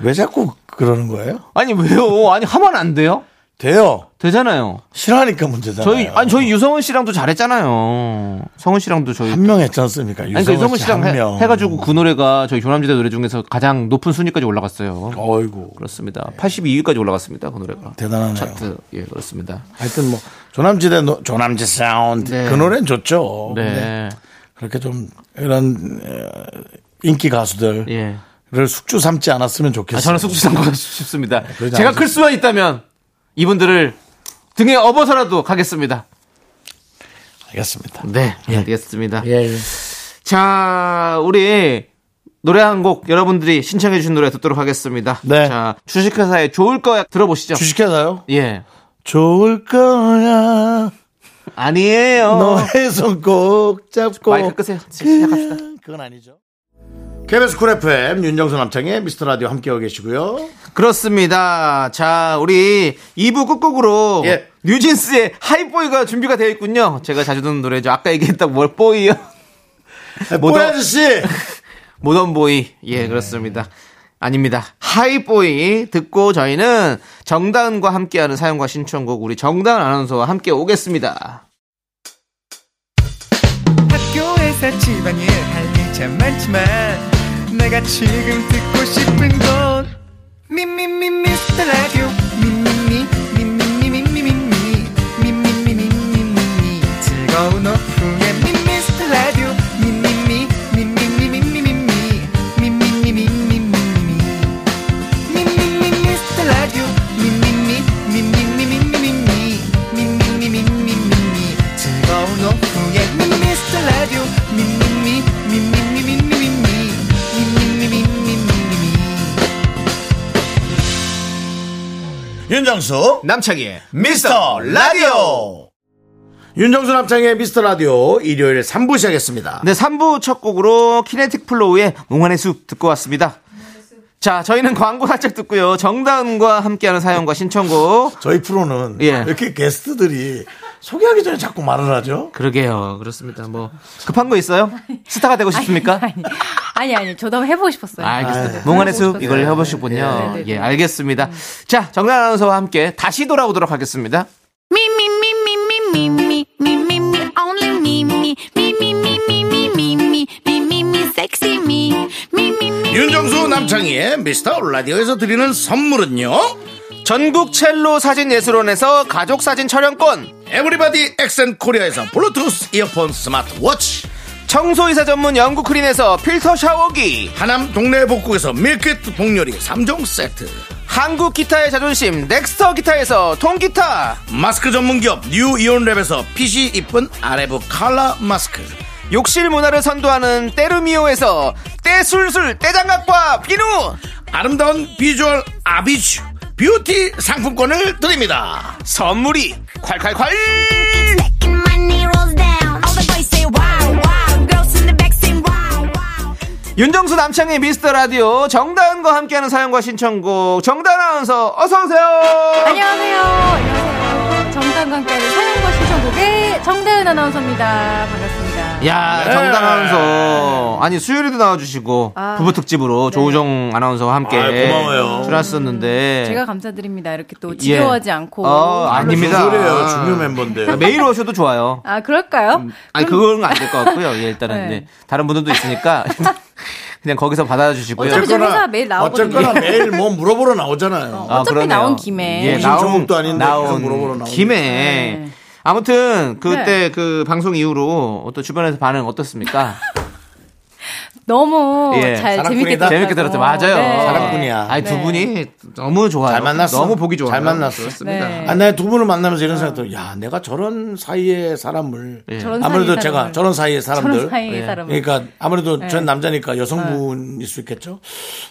A: 왜 자꾸 그러는 거예요?
B: 아니 왜요? 아니 하면 안 돼요?
A: 돼요.
B: 되잖아요.
A: 싫어하니까 문제잖아요.
B: 저희 아니 저희 유성은 씨랑도 잘했잖아요. 성은 씨랑도 저희
A: 한 명 했지 않습니까?
B: 아니, 그러니까 유성은
A: 유성은
B: 씨랑
A: 씨한
B: 해,
A: 명.
B: 해가지고 그 노래가 저희 조남지대 노래 중에서 가장 높은 순위까지 올라갔어요.
A: 어이구
B: 그렇습니다. 82위까지 올라갔습니다. 그 노래가.
A: 대단하네요.
B: 차트. 예, 그렇습니다.
A: 하여튼 뭐 조남지대 노- 조남지 사운드
B: 네.
A: 그 노래는 좋죠. 근데
B: 네.
A: 그렇게 좀 이런 에, 인기 가수들을
B: 예.
A: 숙주 삼지 않았으면 좋겠어요.
B: 아, 저는 숙주 삼고 싶습니다.
A: 그러지
B: 제가
A: 않으세요?
B: 클 수만 있다면 이분들을 등에 업어서라도 가겠습니다.
A: 알겠습니다.
B: 네. 알겠습니다.
A: 예.
B: 자, 우리 노래 한 곡 여러분들이 신청해 주신 노래 듣도록 하겠습니다.
A: 네.
B: 자, 주식회사의 좋을 거야 들어보시죠.
A: 주식회사요?
B: 예.
A: 좋을 거야.
B: 아니에요.
A: 너의 손 꼭 잡고.
B: 어.
A: 음,
B: 마이크 끄세요. 시작합시다.
A: 그건 아니죠. KBS 쿨 FM 윤정수 남창의 미스터 라디오 함께하고 계시고요.
B: 그- 그렇습니다. 자, 우리 2부 끝곡으로
A: 예.
B: 뉴진스의 하이보이가 준비가 되어 있군요. 제가 자주 듣는 노래죠. 아까 얘기했던 뭘 보이요?
A: 모아저씨 네,
B: 모던보이. 예, 그렇습니다. 아닙니다. 하이보이 듣고 저희는 정다은과 함께하는 사연과 신청곡 우리 정다은 아나운서와 함께 오겠습니다.
E: 학교에서 집안일 할 일 참 많지만 내가 지금 듣고 싶은 건 미미미 미스터 라디오 미미미 미미미 미미미 미미미 미미미 즐거운 오후에 미스터 라디오 미미미 미미미 미미미 미미미 미미미
A: 윤정수
B: 남창희의
A: 미스터 라디오. 윤정수 남창의 미스터 라디오 일요일 3부 시작했습니다.
B: 네, 3부 첫 곡으로 키네틱 플로우의 몽환의 숲 듣고 왔습니다. 자, 저희는 광고 살짝 듣고요. 정다은과 함께하는 사연과 신청곡.
A: 저희 프로는
B: 예.
A: 왜 이렇게 게스트들이 소개하기 전에 자꾸 말을 하죠.
B: 그러게요. 그렇습니다. 뭐 급한 거 있어요? 스타가 되고 싶습니까?
F: 아니, 아니, 아니, 저도 한번 해보고 싶었어요.
B: 아, 알겠습니다. 몽환의 숲 이걸 해보시군요.
F: 네, 네, 네.
B: 예, 알겠습니다. 자, 정단 아나운서와 함께 다시 돌아오도록 하겠습니다.
C: Me, me, me, me, me, me, me, me, me, me, only me, me, me, me, me, me, me, me, me, me, me, me, sexy me, me, me, me.
A: 윤정수 남창희의 미스터 라디오에서 드리는 선물은요.
B: 전국 첼로 사진 예술원에서 가족 사진 촬영권,
A: 에브리바디 엑센 코리아에서 블루투스 이어폰 스마트워치
B: 청소 이사 전문 영국 크린에서 필터 샤워기,
A: 하남 동네 복국에서 밀키트 복요리 3종 세트
B: 한국 기타의 자존심 넥스터 기타에서 통기타
A: 마스크 전문기업 뉴 이온랩에서 핏이 이쁜 아레브 칼라 마스크
B: 욕실 문화를 선도하는 때르미오에서 때술술 때장갑과 비누
A: 아름다운 비주얼 아비쥬 뷰티 상품권을 드립니다
B: 선물이 콸콸콸
C: Second money rolls down. All the boys say wow, wow. Girls in the back say wow, wow.
B: 윤정수 남창의 미스터 라디오 정다은과 함께하는 사연과 신청곡 정다은 아나운서 어서오세요
F: 안녕하세요. 안녕하세요. 정다은과 함께하는 사연과 신청곡의 정다은 아나운서입니다. 반갑습니다.
B: 야
A: 네.
B: 정다은 아나운서 아니 수요일에도 나와주시고
F: 아,
B: 부부특집으로
F: 네.
B: 조우정 아나운서와 함께
A: 아, 고마워요.
B: 출연했었는데
F: 제가 감사드립니다. 이렇게 또 지겨워하지
B: 예.
F: 않고.
B: 어, 아닙니다.
A: 무슨 소리예요 중요 멤버인데
B: 매일 오셔도 좋아요
F: 아, 그럴까요?
B: 음, 아니
F: 그럼
B: 그건 안 될 것 같고요. 예, 일단은
F: 음. 네.
B: 네. 다른 분들도 있으니까 그냥 거기서 받아주시고요.
F: 어차피 저희 회사 매일 나오거든요.
A: 어쨌거나 매일 뭐 물어보러 나오잖아요
F: 어차피
B: 그러네요.
F: 나온 김에.
B: 예,
A: 무슨 종목도 아닌데 계속
B: 나온
A: 물어보러 나오는
B: 김에 아무튼 그때
F: 네.
B: 그 방송 이후로 어떤 주변에서 반응 어떻습니까?
F: 너무
B: 예,
F: 잘 재밌게 네.
A: 사랑꾼이다.
F: 들었어요.
B: 재밌게 들었죠. 맞아요.
A: 사랑꾼이야.
B: 아니 두
F: 네.
B: 분이 너무 좋아요.
A: 잘 만났어
B: 너무 보기 좋아요.
A: 잘 만났어
B: 그렇습니다.
F: 네.
A: 아, 내두 분을 만나면서 이런 생각 들어. 야, 내가 저런 사이의 사람을
B: 예.
F: 저런
A: 아무래도
F: 사이의
A: 제가
F: 사람을.
A: 저런 사이의 사람들
F: 저런 사이의 사람을. 네.
A: 그러니까 아무래도 전 남자니까 여성분일 수 있겠죠.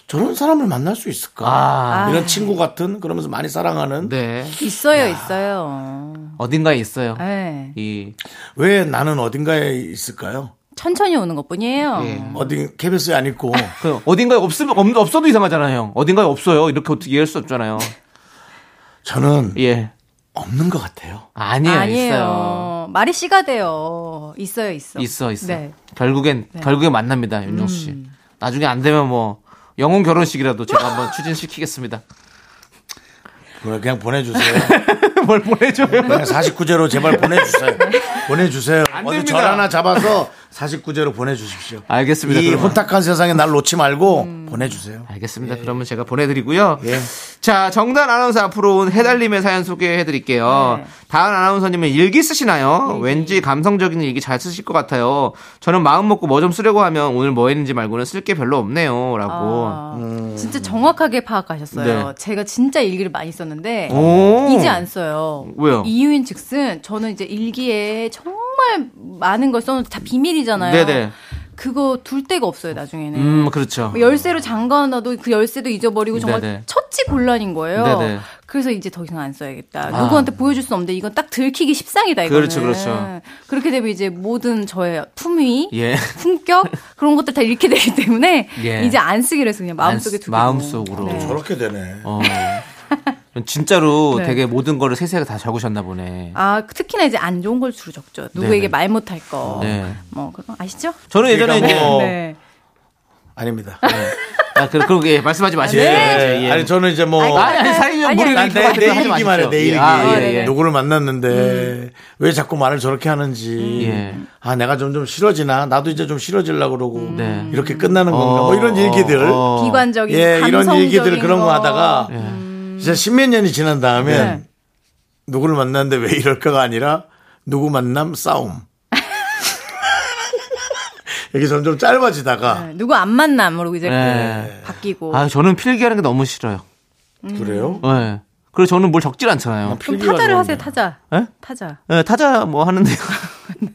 A: 저런 사람을 만날 수 있을까?
B: 아.
A: 이런 친구 같은 그러면서 많이 사랑하는
B: 네.
F: 있어요, 있어요.
B: 어딘가에 있어요.
F: 예.
B: 이
A: 왜 나는 어딘가에 있을까요?
F: 천천히 오는 것 뿐이에요.
B: 예.
A: 어디 KBS에 안 있고
B: 그 어딘가에 없으면 없, 없어도 이상하잖아요, 형. 어딘가에 없어요. 이렇게 어떻게 이해할 수 없잖아요.
A: 저는
B: 예.
A: 없는 것 같아요.
B: 아니에요. 있어요.
F: 말이 씨가 돼요. 있어요, 있어.
B: 있어 있어.
F: 네.
B: 결국엔 결국에 만납니다, 윤정수 씨. 나중에 안 되면 뭐 영혼 결혼식이라도 제가 한번 추진시키겠습니다.
A: 그걸 그냥 보내주세요.
B: 뭘 보내줘요?
A: 그냥 49제로 제발 보내주세요. 보내주세요. 어디
B: 네. 됩니다. 아,
A: 절 하나 잡아서 49제로 보내주십시오.
B: 알겠습니다.
A: 이
B: 그러면.
A: 혼탁한 세상에 날 놓지 말고 보내주세요.
B: 알겠습니다. 그러면 제가 보내드리고요.
A: 예.
B: 자, 정단 아나운서 앞으로 온 해달님의 사연 소개해드릴게요. 다은 아나운서님은 일기 쓰시나요? 왠지 감성적인 일기 잘 쓰실 것 같아요. 저는 마음 먹고 뭐 좀 쓰려고 하면 오늘 뭐 했는지 말고는 쓸 게 별로 없네요. 라고.
F: 아, 진짜 정확하게 파악하셨어요.
B: 음. 네.
F: 제가 진짜 일기를 많이 썼는데
B: 오.
F: 이제 안 써요.
B: 왜요?
F: 이유인 즉슨 저는 이제 일기에 정말 많은 걸 써놓은 다 비밀이잖아요.
B: 네네.
F: 그거 둘 데가 없어요 나중에는.
B: 음, 그렇죠.
F: 뭐 열쇠로 잠가놔도 그 열쇠도 잊어버리고 정말
B: 네네.
F: 처치 곤란인 거예요.
B: 네네. 아.
F: 그래서 이제 더 이상 안 써야겠다. 누구한테 보여줄 수 없는데 이건 딱 들키기 십상이다 이거는.
B: 그렇죠, 그렇죠.
F: 그렇게 되면 이제 모든 저의 품위,
B: 예.
F: 품격 그런 것들 다 잃게 되기 때문에
B: 예.
F: 이제 안 쓰기로 해서 그냥 마음속에
B: 안 쓰-
F: 두고
B: 마음속으로.
A: 저렇게 되네.
B: 어. 진짜로
F: 네.
B: 되게 모든 거를 세세하게 다 적으셨나 보네.
F: 아 특히나 이제 안 좋은 걸 주로 적죠.
B: 네네.
F: 누구에게 말 못할 거.
B: 네.
F: 뭐 그런 거 아시죠?
B: 저는 예전에
A: 그러니까
B: 이제
A: 뭐- 어.
F: 네.
A: 아닙니다.
B: 아, 그, 그런 게 말씀하지 마시고.
A: 예.
B: 예, 예.
A: 아니 저는 이제 뭐
B: 아니, 아니, 사이면 모르는
A: 난 내, 내 일기 말해 내 일기
B: 아, 예, 예.
A: 누구를 만났는데 왜 자꾸 말을 저렇게 하는지
B: 예.
A: 아 내가 좀 좀 싫어지나 나도 이제 좀 싫어지려고 그러고
B: 네.
A: 이렇게 끝나는 건가 뭐 이런
B: 어,
A: 일기들
B: 어.
F: 비관적인
A: 예 이런
F: 감성적인 음.
A: 일기들 그런 거 하다가
B: 예.
A: 진짜 십몇 년이 지난 다음에
F: 네.
A: 누구를 만났는데 왜 이럴까가 아니라 누구 만남 싸움 이게 점점 짧아지다가
F: 네, 누구 안 만남으로 이제
B: 네.
F: 바뀌고.
B: 아, 저는 필기하는 게 너무 싫어요.
A: 그래요?
B: 예. 그래서 저는 뭘 적질 않잖아요.
F: 그럼
A: 필기가
F: 음. 타자를
A: 좋은데.
F: 하세요 타자.
B: 예?
F: 타자.
B: 예, 네, 타자 뭐 하는데요.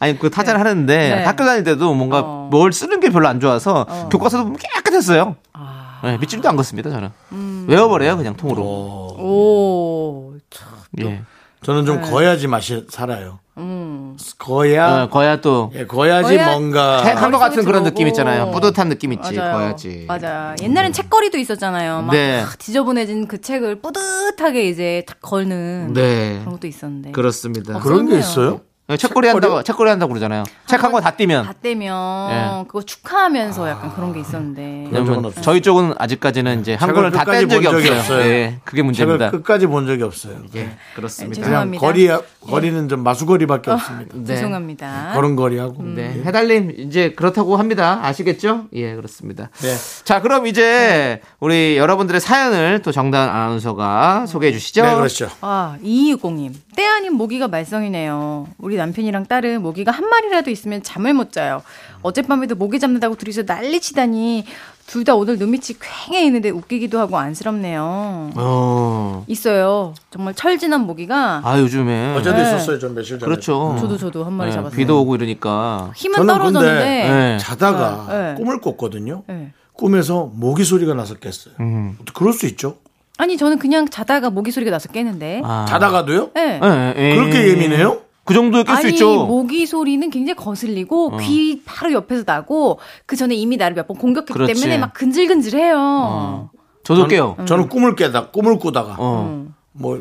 B: 아니, 그 타자를 하는데
F: 네.
B: 학교 다닐 때도 뭔가
F: 어.
B: 뭘 쓰는 게 별로 안 좋아서 교과서도 보면 깨끗했어요.
F: 아.
B: 예, 밑줄도 안 걷습니다, 저는.
F: 음.
B: 외워버려요, 그냥 통으로.
F: 오. 참.
B: 예.
A: 저는
F: 네.
A: 좀 거야지 맛이 살아요.
B: 어,
A: 거야
B: 거야 또
A: 예, 거야지
F: 음. 거야-
A: 뭔가
B: 한 것 같은 그런
F: 아, 들어오고.
B: 느낌 있잖아요. 뿌듯한 느낌 있지.
F: 맞아요.
B: 거야지.
F: 맞아. 옛날엔
A: 음.
F: 책거리도 있었잖아요. 막
B: 네.
F: 다 지저분해진 그 책을 뿌듯하게 이제 탁 거는
B: 네. 아,
F: 그런 것도 있었는데.
B: 그렇습니다.
A: 아, 그런 게
F: 없었네요.
A: 있어요?
B: 책거리 한다고 책거리 한다고 그러잖아요. 책 한 거 다
F: 다
B: 띄면.
F: 떼면
B: 예. 아,
F: 그거 축하하면서 약간 그런 게 있었는데.
A: 그런 적은
B: 왜냐면
A: 없어요.
B: 네, 뭐 저희 쪽은 아직까지는 이제 한
A: 책을
B: 권을 다
A: 끝까지
B: 뗀 적이
A: 본 적이
B: 없어요.
A: 없어요.
B: 예, 그게
A: 책을
B: 문제입니다.
A: 끝까지 본 적이 없어요.
B: 예, 그렇습니다.
F: 죄송합니다. 네.
A: 그냥 거리 거리는 좀 마수거리밖에 없습니다.
B: 네.
F: 죄송합니다.
A: 걸음거리하고
B: 네, 해달님 이제 그렇다고 합니다. 아시겠죠? 예, 그렇습니다.
A: 네.
B: 자, 그럼 이제 우리 여러분들의 사연을 또 정다은 아나운서가 소개해 주시죠.
A: 네 그렇죠.
F: 아, 2260님. 때 아닌 모기가 말썽이네요. 우리 남편이랑 딸은 모기가 한 마리라도 있으면 잠을 못 자요. 어젯밤에도 모기 잡는다고 둘이서 난리 치다니 둘 다 오늘 눈밑이 퀭해 있는데 웃기기도 하고 안쓰럽네요.
B: 어.
F: 있어요. 정말 철진한 모기가
B: 아 요즘에
A: 어제도
F: 네.
A: 있었어요, 전 며칠 전에.
B: 그렇죠.
F: 저도 저도 한 마리
B: 네,
F: 잡았어요.
B: 비도 오고 이러니까.
F: 힘은
A: 저는 근데-
F: 떨어졌는데
B: 네.
A: 자다가
F: 네.
A: 꿈을 꿨거든요.
F: 네.
A: 꿈에서 모기 소리가 나서 깼어요.
B: 음.
A: 그럴 수 있죠.
F: 아니 저는 그냥 자다가 모기 소리가 나서 깨는데.
B: 아.
A: 자다가도요?
F: 네.
B: 예, 예, 예.
A: 그렇게 예민해요? 뭐.
B: 그 정도에 낄 수
F: 아니
B: 있죠. 어.
F: 모기 소리는 굉장히 거슬리고 귀 바로 옆에서 나고 그 전에 이미 나를 몇 번 공격했기
B: 그렇지.
F: 때문에 막 근질근질해요.
B: 어. 저도 깨요. 음.
A: 저는 음. 꿈을 깨다 꿈을 꾸다가
B: 어.
A: 뭐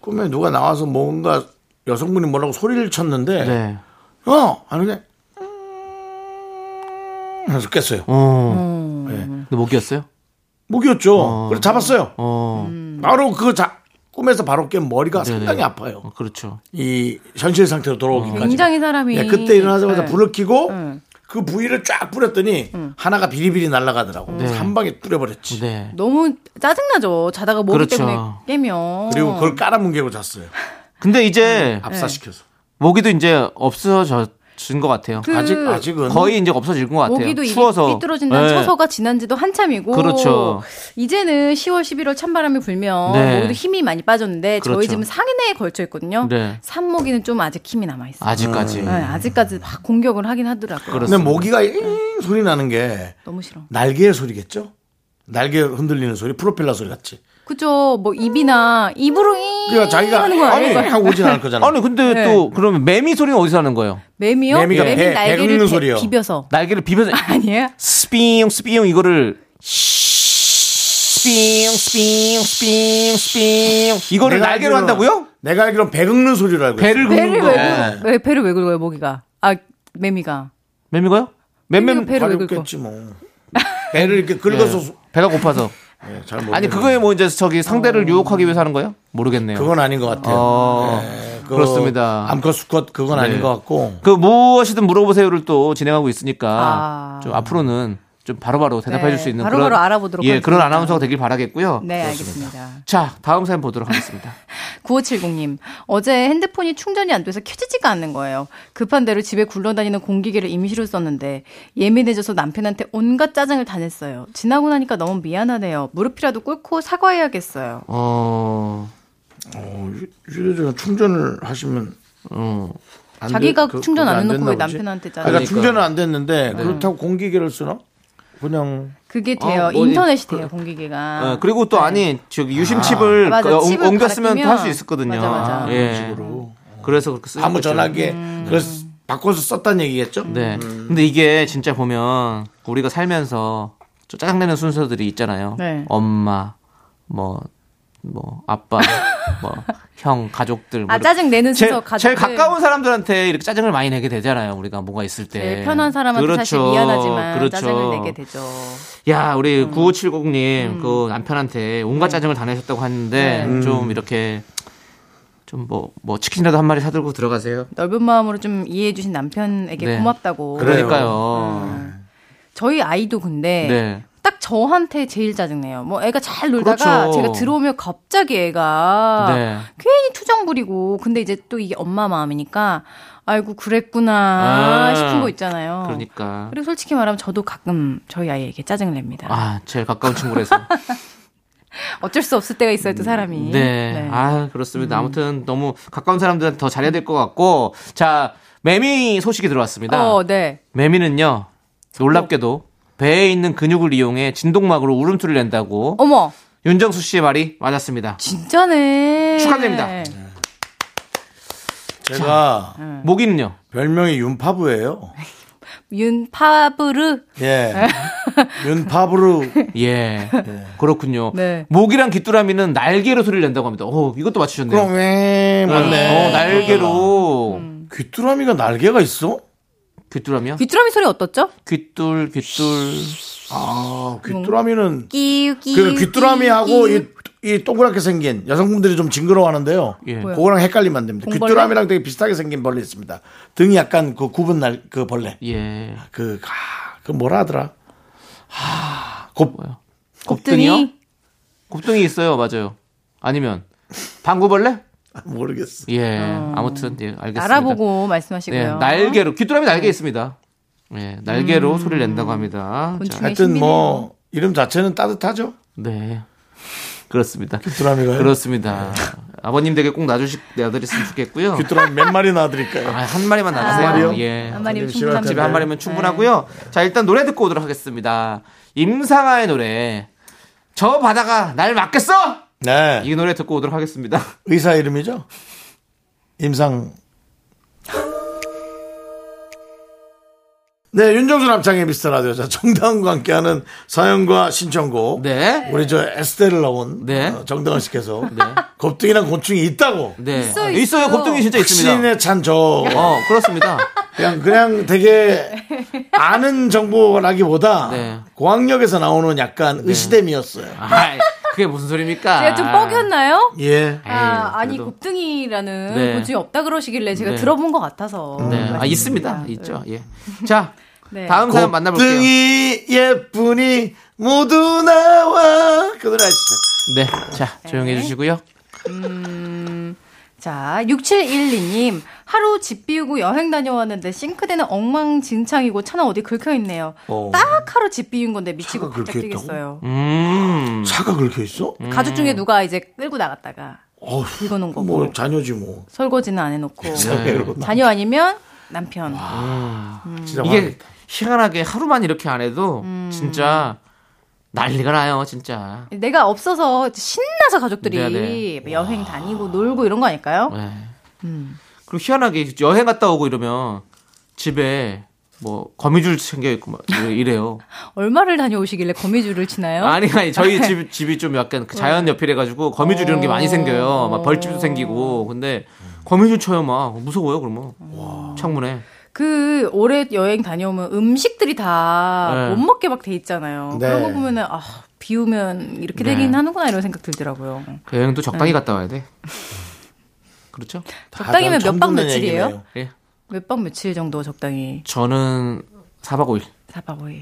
A: 꿈에 누가 나와서 뭔가 여성분이 뭐라고 소리를 쳤는데
B: 네.
A: 어 하는데 그래서 음, 깼어요.
B: 어.
A: 예.
B: 근데 못 깼어요?
A: 목이었죠. 그래서 잡았어요.
B: 어.
A: 음. 바로 그거 자, 꿈에서 바로 깬 머리가 상당히 아파요.
B: 어, 그렇죠.
A: 이 현실 상태로 돌아오기까지.
F: 굉장히 사람이
A: 예, 그때 일어나자마자
F: 네.
A: 불을 켜고 그 부위를 쫙 뿌렸더니
F: 음.
A: 하나가 비리비리 날아가더라고. 그래서 한 방에 뚫려버렸지.
B: 네.
F: 너무 짜증나죠. 자다가 모기
B: 그렇죠.
F: 때문에 깨면.
A: 그리고 그걸 깔아뭉개고
F: 예.
A: 잤어요.
B: 근데 이제
A: 압사시켜서.
B: 모기도 이제 없어진 것 같아요.
F: 그
A: 아직 아직은
B: 거의 이제 없어질 것 같아요.
F: 모기도 이게
B: 추워서
F: 삐뚤어진다는
B: 네.
F: 처서가 지난지도 한참이고
B: 그렇죠.
F: 이제는 10월 11월 찬바람이 불면
B: 네.
F: 모기도 힘이 많이 빠졌는데 저희
B: 그렇죠.
F: 집은 상인회에 걸쳐 있거든요.
B: 네.
F: 산모기는 좀 아직 힘이 남아 있어요. 네,
B: 아직까지.
A: 음.
B: 음. 뭐-
F: 아직까지 막 공격을 하긴 하더라고요.
B: 그렇습니다.
A: 근데
F: 예.
A: 모기가 잉 소리 나는 게
F: 너무 싫어.
A: 날개의 소리겠죠? 날개 흔들리는 소리, 프로펠러 소리 같이.
F: 그죠? 뭐 입이나 입으로 이
A: 그러니까 자기가
F: 예, 하는 거
A: 아니
F: 아닐 거야.
A: 하고 오진 않을 거잖아.
B: 아니 그 근데
F: 네.
B: 또 그러면 매미 소리는 어디서 나는 거예요?
F: 매미요?
A: 매미가
F: 매미
A: 배- 배
F: 날개를
A: 긁는
F: 배-
A: 소리요.
F: 비벼서
B: 날개를 비벼서
F: 아니에요?
B: 스피용 스피용 이거를 스피용 스피용 스피용 스피용 이거를
A: 내가
B: 날개로
A: 알기로는-
B: 한다고요?
A: 내가 알기론 배 긁는 소리로 알고
B: 배를
A: 있어요.
B: 긁는
F: 배를
B: 거.
F: 왜
A: 네.
F: 긁- 왜 배를 왜 긁어요 모기가? 아 매미가
B: 매미가요?
F: 매미가
B: 맴맴
F: 배를 왜 긁고?
A: 가렵겠지 뭐. 배를 이렇게 긁어서 소-
B: 배가 고파서
A: 예, 잘 모르겠네.
B: 아니 그거에 뭐 이제 저기
F: 어.
B: 상대를 유혹하기 위해서 하는 거예요? 모르겠네요.
A: 그건 네. 아닌 것 같아요.
B: 어,
A: 그거
B: 그렇습니다.
A: 암컷 수컷 그건 아닌 것 같고
B: 그 무엇이든 물어보세요를 또 진행하고 있으니까
F: 아.
B: 좀 앞으로는 좀 바로바로 대답해
F: 네,
B: 줄 수 있는
F: 바로바로
B: 그런
F: 알아보도록
B: 예, 그런
F: 하겠습니다.
B: 아나운서가 되길 바라겠고요.
F: 네 알겠습니다.
B: 자, 다음 사연 보도록 하겠습니다.
F: 9570님 어제 핸드폰이 충전이 안 돼서 켜지지가 않는 거예요. 급한 대로 집에 굴러다니는 공기계를 임시로 썼는데 예민해져서 남편한테 온갖 짜증을 다 냈어요. 지나고 나니까 너무 미안하네요. 무릎이라도 꿇고 사과해야겠어요.
B: 어.
A: 어, 휴- 휴대전화 충전을 하시면
B: 어.
A: 안
F: 자기가
A: 돼- 그-
F: 충전
A: 그게
F: 안 해놓고
A: 됐나
F: 왜
A: 보지?
F: 남편한테 네. 짜증
A: 아, 그러니까
B: 내니까.
A: 충전은 안 됐는데 그렇다고 공기계를 쓰나? 그냥
F: 그게 돼요.
B: 어, 뭐 이-
F: 인터넷이 돼요 공기계가.
B: 어, 그리고 또 아니 저기 유심칩을
F: 네. 아, 맞아.
B: 그, 옮-
F: 칩을
B: 옮겨 쓰면 또 할 수
F: 갈아끼면-
B: 있었거든요.
F: 맞아, 맞아.
B: 예. 그래서 그렇게 쓰는
A: 아무
B: 거죠.
A: 전화기에
F: 음.
A: 그래서 바꿔서 썼다는 얘기겠죠? 음.
B: 네. 근데 이게 진짜 보면 우리가 살면서 좀 짜증내는 순서들이 있잖아요.
F: 네.
B: 엄마, 뭐, 뭐 아빠, 뭐 형, 가족들. 뭐
F: 아
B: 이렇게.
F: 짜증 내는
B: 제,
F: 순서 네. 가족
B: 제일 가까운 사람들한테 이렇게 짜증을 많이 내게 되잖아요. 우리가 뭐가 있을 때.
F: 제일 편한 사람한테 사실
B: 네. 그렇죠.
F: 미안하지만
B: 그렇죠.
F: 짜증을 내게 음. 되죠.
B: 야, 우리 9570님, 그 남편한테 온갖
F: 네.
B: 짜증을 다 내셨다고 하는데, 음. 좀 이렇게, 좀 뭐, 뭐, 치킨이라도 한 마리 사들고 들어가세요.
F: 넓은 마음으로 좀 이해해 주신 남편에게
B: 네.
F: 고맙다고.
A: 그래요.
B: 그러니까요.
F: 저희 아이도 근데
B: 네.
F: 딱 저한테 제일 짜증내요. 뭐 애가 잘 놀다가
B: 그렇죠.
F: 제가 들어오면 갑자기 애가
B: 네.
F: 괜히 투정 부리고 근데 이제 또 이게 엄마 마음이니까 아이고 그랬구나
B: 아,
F: 싶은 거 있잖아요.
B: 그러니까.
F: 그리고 솔직히 말하면 저도 가끔 저희 아이에게 짜증을 냅니다.
B: 아, 제일 가까운 친구라서.
F: 어쩔 수 없을 때가 있어요, 또 사람이.
B: 네.
F: 네.
B: 아, 그렇습니다. 아무튼 너무 가까운 사람들한테 더 잘해야 될 것 같고, 자, 매미 소식이 들어왔습니다.
F: 어, 네.
B: 매미는요,
F: 어?
B: 놀랍게도 배에 있는 근육을 이용해 진동막으로 울음소리를 낸다고
F: 어머,
B: 윤정수 씨의 말이 맞았습니다.
F: 진짜네.
B: 축하드립니다.
A: 제가
F: 네. 음.
B: 모기는요?
A: 별명이 윤파브예요.
F: 윤파브르.
A: 예. 윤파브로
B: 예. 그렇군요.
F: 네.
B: 모기랑 귀뚜라미는 날개로 소리를 낸다고 합니다. 오, 이것도 맞추셨네요.
A: 그럼 왜 맞네.
B: 어, 날개로.
A: 귀뚜라미가 날개가 있어?
B: 귀뚜라미요?
F: 음. 귀뚜라미 소리 어떻죠?
B: 귀뚤, 귀뚤.
A: 아,
F: 음.
A: 귀뚜라미는
F: 끼우, 끼우.
A: 그 귀뚜라미하고
F: 끼우.
A: 이, 이 동그랗게 생긴 여성분들이 좀 징그러워하는데요.
B: 예. 뭐야?
A: 그거랑 헷갈리면 안 됩니다.
F: 공벌레?
A: 귀뚜라미랑 되게 비슷하게 생긴 벌레 있습니다. 등이 약간 그 구분 날 그 벌레.
B: 예.
A: 그, 아, 그 뭐라 하더라. 하, 곱,
F: 곱등이.
B: 곱등이 있어요, 맞아요. 아니면, 방구벌레?
A: 모르겠어.
B: 예. 아무튼, 예, 알겠습니다.
F: 알아보고
B: 예,
F: 말씀하시고요. 네.
B: 날개로. 귀뚜라미 날개 있습니다. 예,
F: 음.
B: 날개로 소리를 낸다고 합니다. 자,
F: 곤충의
A: 하여튼
F: 신비네요.
A: 뭐 이름 자체는 따뜻하죠.
B: 네. 그렇습니다.
A: 귀뚜라미가요?
B: 그렇습니다. 아버님 댁에 꼭 놔주시, 놔드렸으면 좋겠고요.
A: 귀뚜라미 몇 마리 놔드릴까요?
B: 아, 한 마리만 놔주세요.
A: 한 마리요?
B: 예.
F: 한 네.
A: 집에 갈
F: 마리면 충분합니다.
B: 집에 한 마리면 충분하고요. 자, 일단 노래 듣고 오도록 하겠습니다. 임상아의 노래. 저 바다가 날 맞겠어?
A: 네.
B: 이 노래 듣고 오도록 하겠습니다.
A: 의사 이름이죠? 임상. 네, 윤정수 남창의 미스터 라디오. 자, 정다은과 함께하는 사연과 신청곡.
B: 네.
A: 우리 저 에스테를 나온
B: 네.
A: 어, 정당을 시켜서 곱등이랑 곤충이 있다고.
B: 네.
F: 있어요,
B: 있어요.
F: 있어요.
B: 곱등이 진짜 있습니다.
A: 신에 찬 저.
B: 어, 그렇습니다.
A: 그냥, 그냥 되게 아는 정보라기보다
B: 네.
A: 고학력에서 나오는 약간 의시됨이었어요.
B: 아이, 그게 무슨 소리입니까?
F: 제가 좀 뻑였나요?
A: 예.
F: 아, 아니
B: 아. 네, 그래도-
F: 곱등이라는
B: 네.
F: 곤충이 없다 그러시길래 제가
B: 네.
F: 들어본 것 같아서.
B: 네. 아, 있습니다. 있죠. 예. 자,
F: 네.
B: 다음 사연 만나볼게요.
A: 곱등이 예쁘니 모두 나와. 그 노래 아시죠?
B: 네. 자, 조용히 해주시고요.
F: 자, 6712님. 하루 집 비우고 여행 다녀왔는데 싱크대는 엉망진창이고 차는 어디 긁혀있네요.
A: 어.
F: 딱 하루 집 비운 건데 미치고
A: 차가
F: 바짝
A: 긁혀있다고?
F: 뛰겠어요.
B: 음.
A: 차가 긁혀 있어?
F: 가족 중에 누가 이제 끌고 나갔다가
A: 어휴,
F: 이거는 거고.
A: 뭐 자녀지 뭐.
F: 설거지는 안 해놓고.
B: 네.
A: 자매로 나-
F: 자녀 아니면 남편.
A: 진짜
B: 이게
A: 화나겠다.
B: 희한하게 하루만 이렇게 안 해도 진짜 난리가 나요, 진짜.
F: 내가 없어서 신나서 가족들이
B: 네,
F: 여행 다니고 놀고 이런 거 아닐까요?
B: 네. 그리고 희한하게 여행 갔다 오고 이러면 집에 뭐 거미줄 챙겨 있고 막 이래요.
F: 얼마를 다녀오시길래 거미줄을 치나요?
B: 아니 아니 저희 집 집이 좀 약간 그 자연 옆이라 가지고 거미줄 이런 게 많이 생겨요. 막 벌집도 생기고 근데 거미줄 쳐요 막 무서워요 그러면 창문에.
F: 그 올해 여행 다녀오면 음식들이 다
B: 네.
F: 못 먹게 막 돼 있잖아요.
A: 네.
F: 그런 거 보면은 아 비우면 이렇게
B: 네.
F: 되긴 하는구나 이런 생각 들더라고요.
B: 그 여행도 적당히
F: 네.
B: 갔다 와야 돼. 그렇죠?
F: 적당히면
A: 다들
F: 몇 박
A: 청소년
F: 며칠이에요?
A: 얘기네요.
B: 예.
F: 몇 박 며칠 정도 적당히
B: 저는 4박 5일.
F: 4박 5일.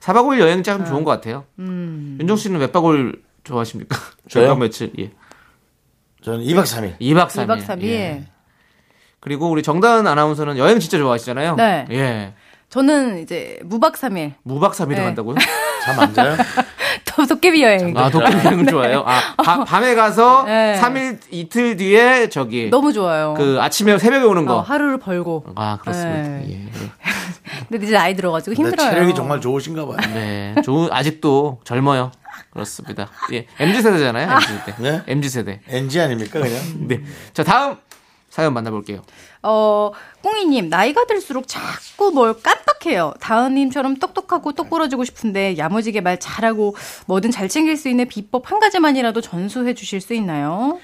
B: 4박 5일 여행 참 좋은 것 같아요.
F: 음.
B: 윤정 씨는 몇 박 5일 좋아하십니까?
A: 저요?
B: 몇 박 며칠? 예.
A: 저는 2박 3일.
B: 2박 3일. 예.
F: 2박 3일.
B: 그리고 우리 정다은 아나운서는 여행 진짜 좋아하시잖아요.
F: 네.
B: 예.
F: 저는 이제 무박 3일.
B: 무박 3일을
F: 네.
B: 간다고요?
A: 잠 안 자요?
F: 또 도깨비 여행.
B: 아, 도쿄 여행을 좋아해요. 아, 바- 밤에 가서
F: 네.
B: 3일 이틀 뒤에 저기
F: 너무 좋아요.
B: 그 아침에 새벽에 오는
F: 어,
B: 거.
F: 하루를 벌고.
B: 아, 그렇습니다.
F: 네.
B: 예.
F: 근데 이제 나이 들어가지고
A: 근데
F: 힘들어요.
A: 네, 체력이 정말 좋으신가 봐요.
B: 네. 좋은 아직도 젊어요. 그렇습니다. 예. MZ 세대잖아요. MZ 때.
A: 네?
B: MZ 세대.
A: NG 아닙니까 그냥?
B: 네. 자, 다음 사연 만나볼게요.
F: 어, 꽁이님, 나이가 들수록 자꾸 뭘 깜빡해요. 다은님처럼 똑똑하고 똑부러지고 싶은데, 야무지게 말 잘하고, 뭐든 잘 챙길 수 있는 비법 한 가지만이라도 전수해 주실 수 있나요?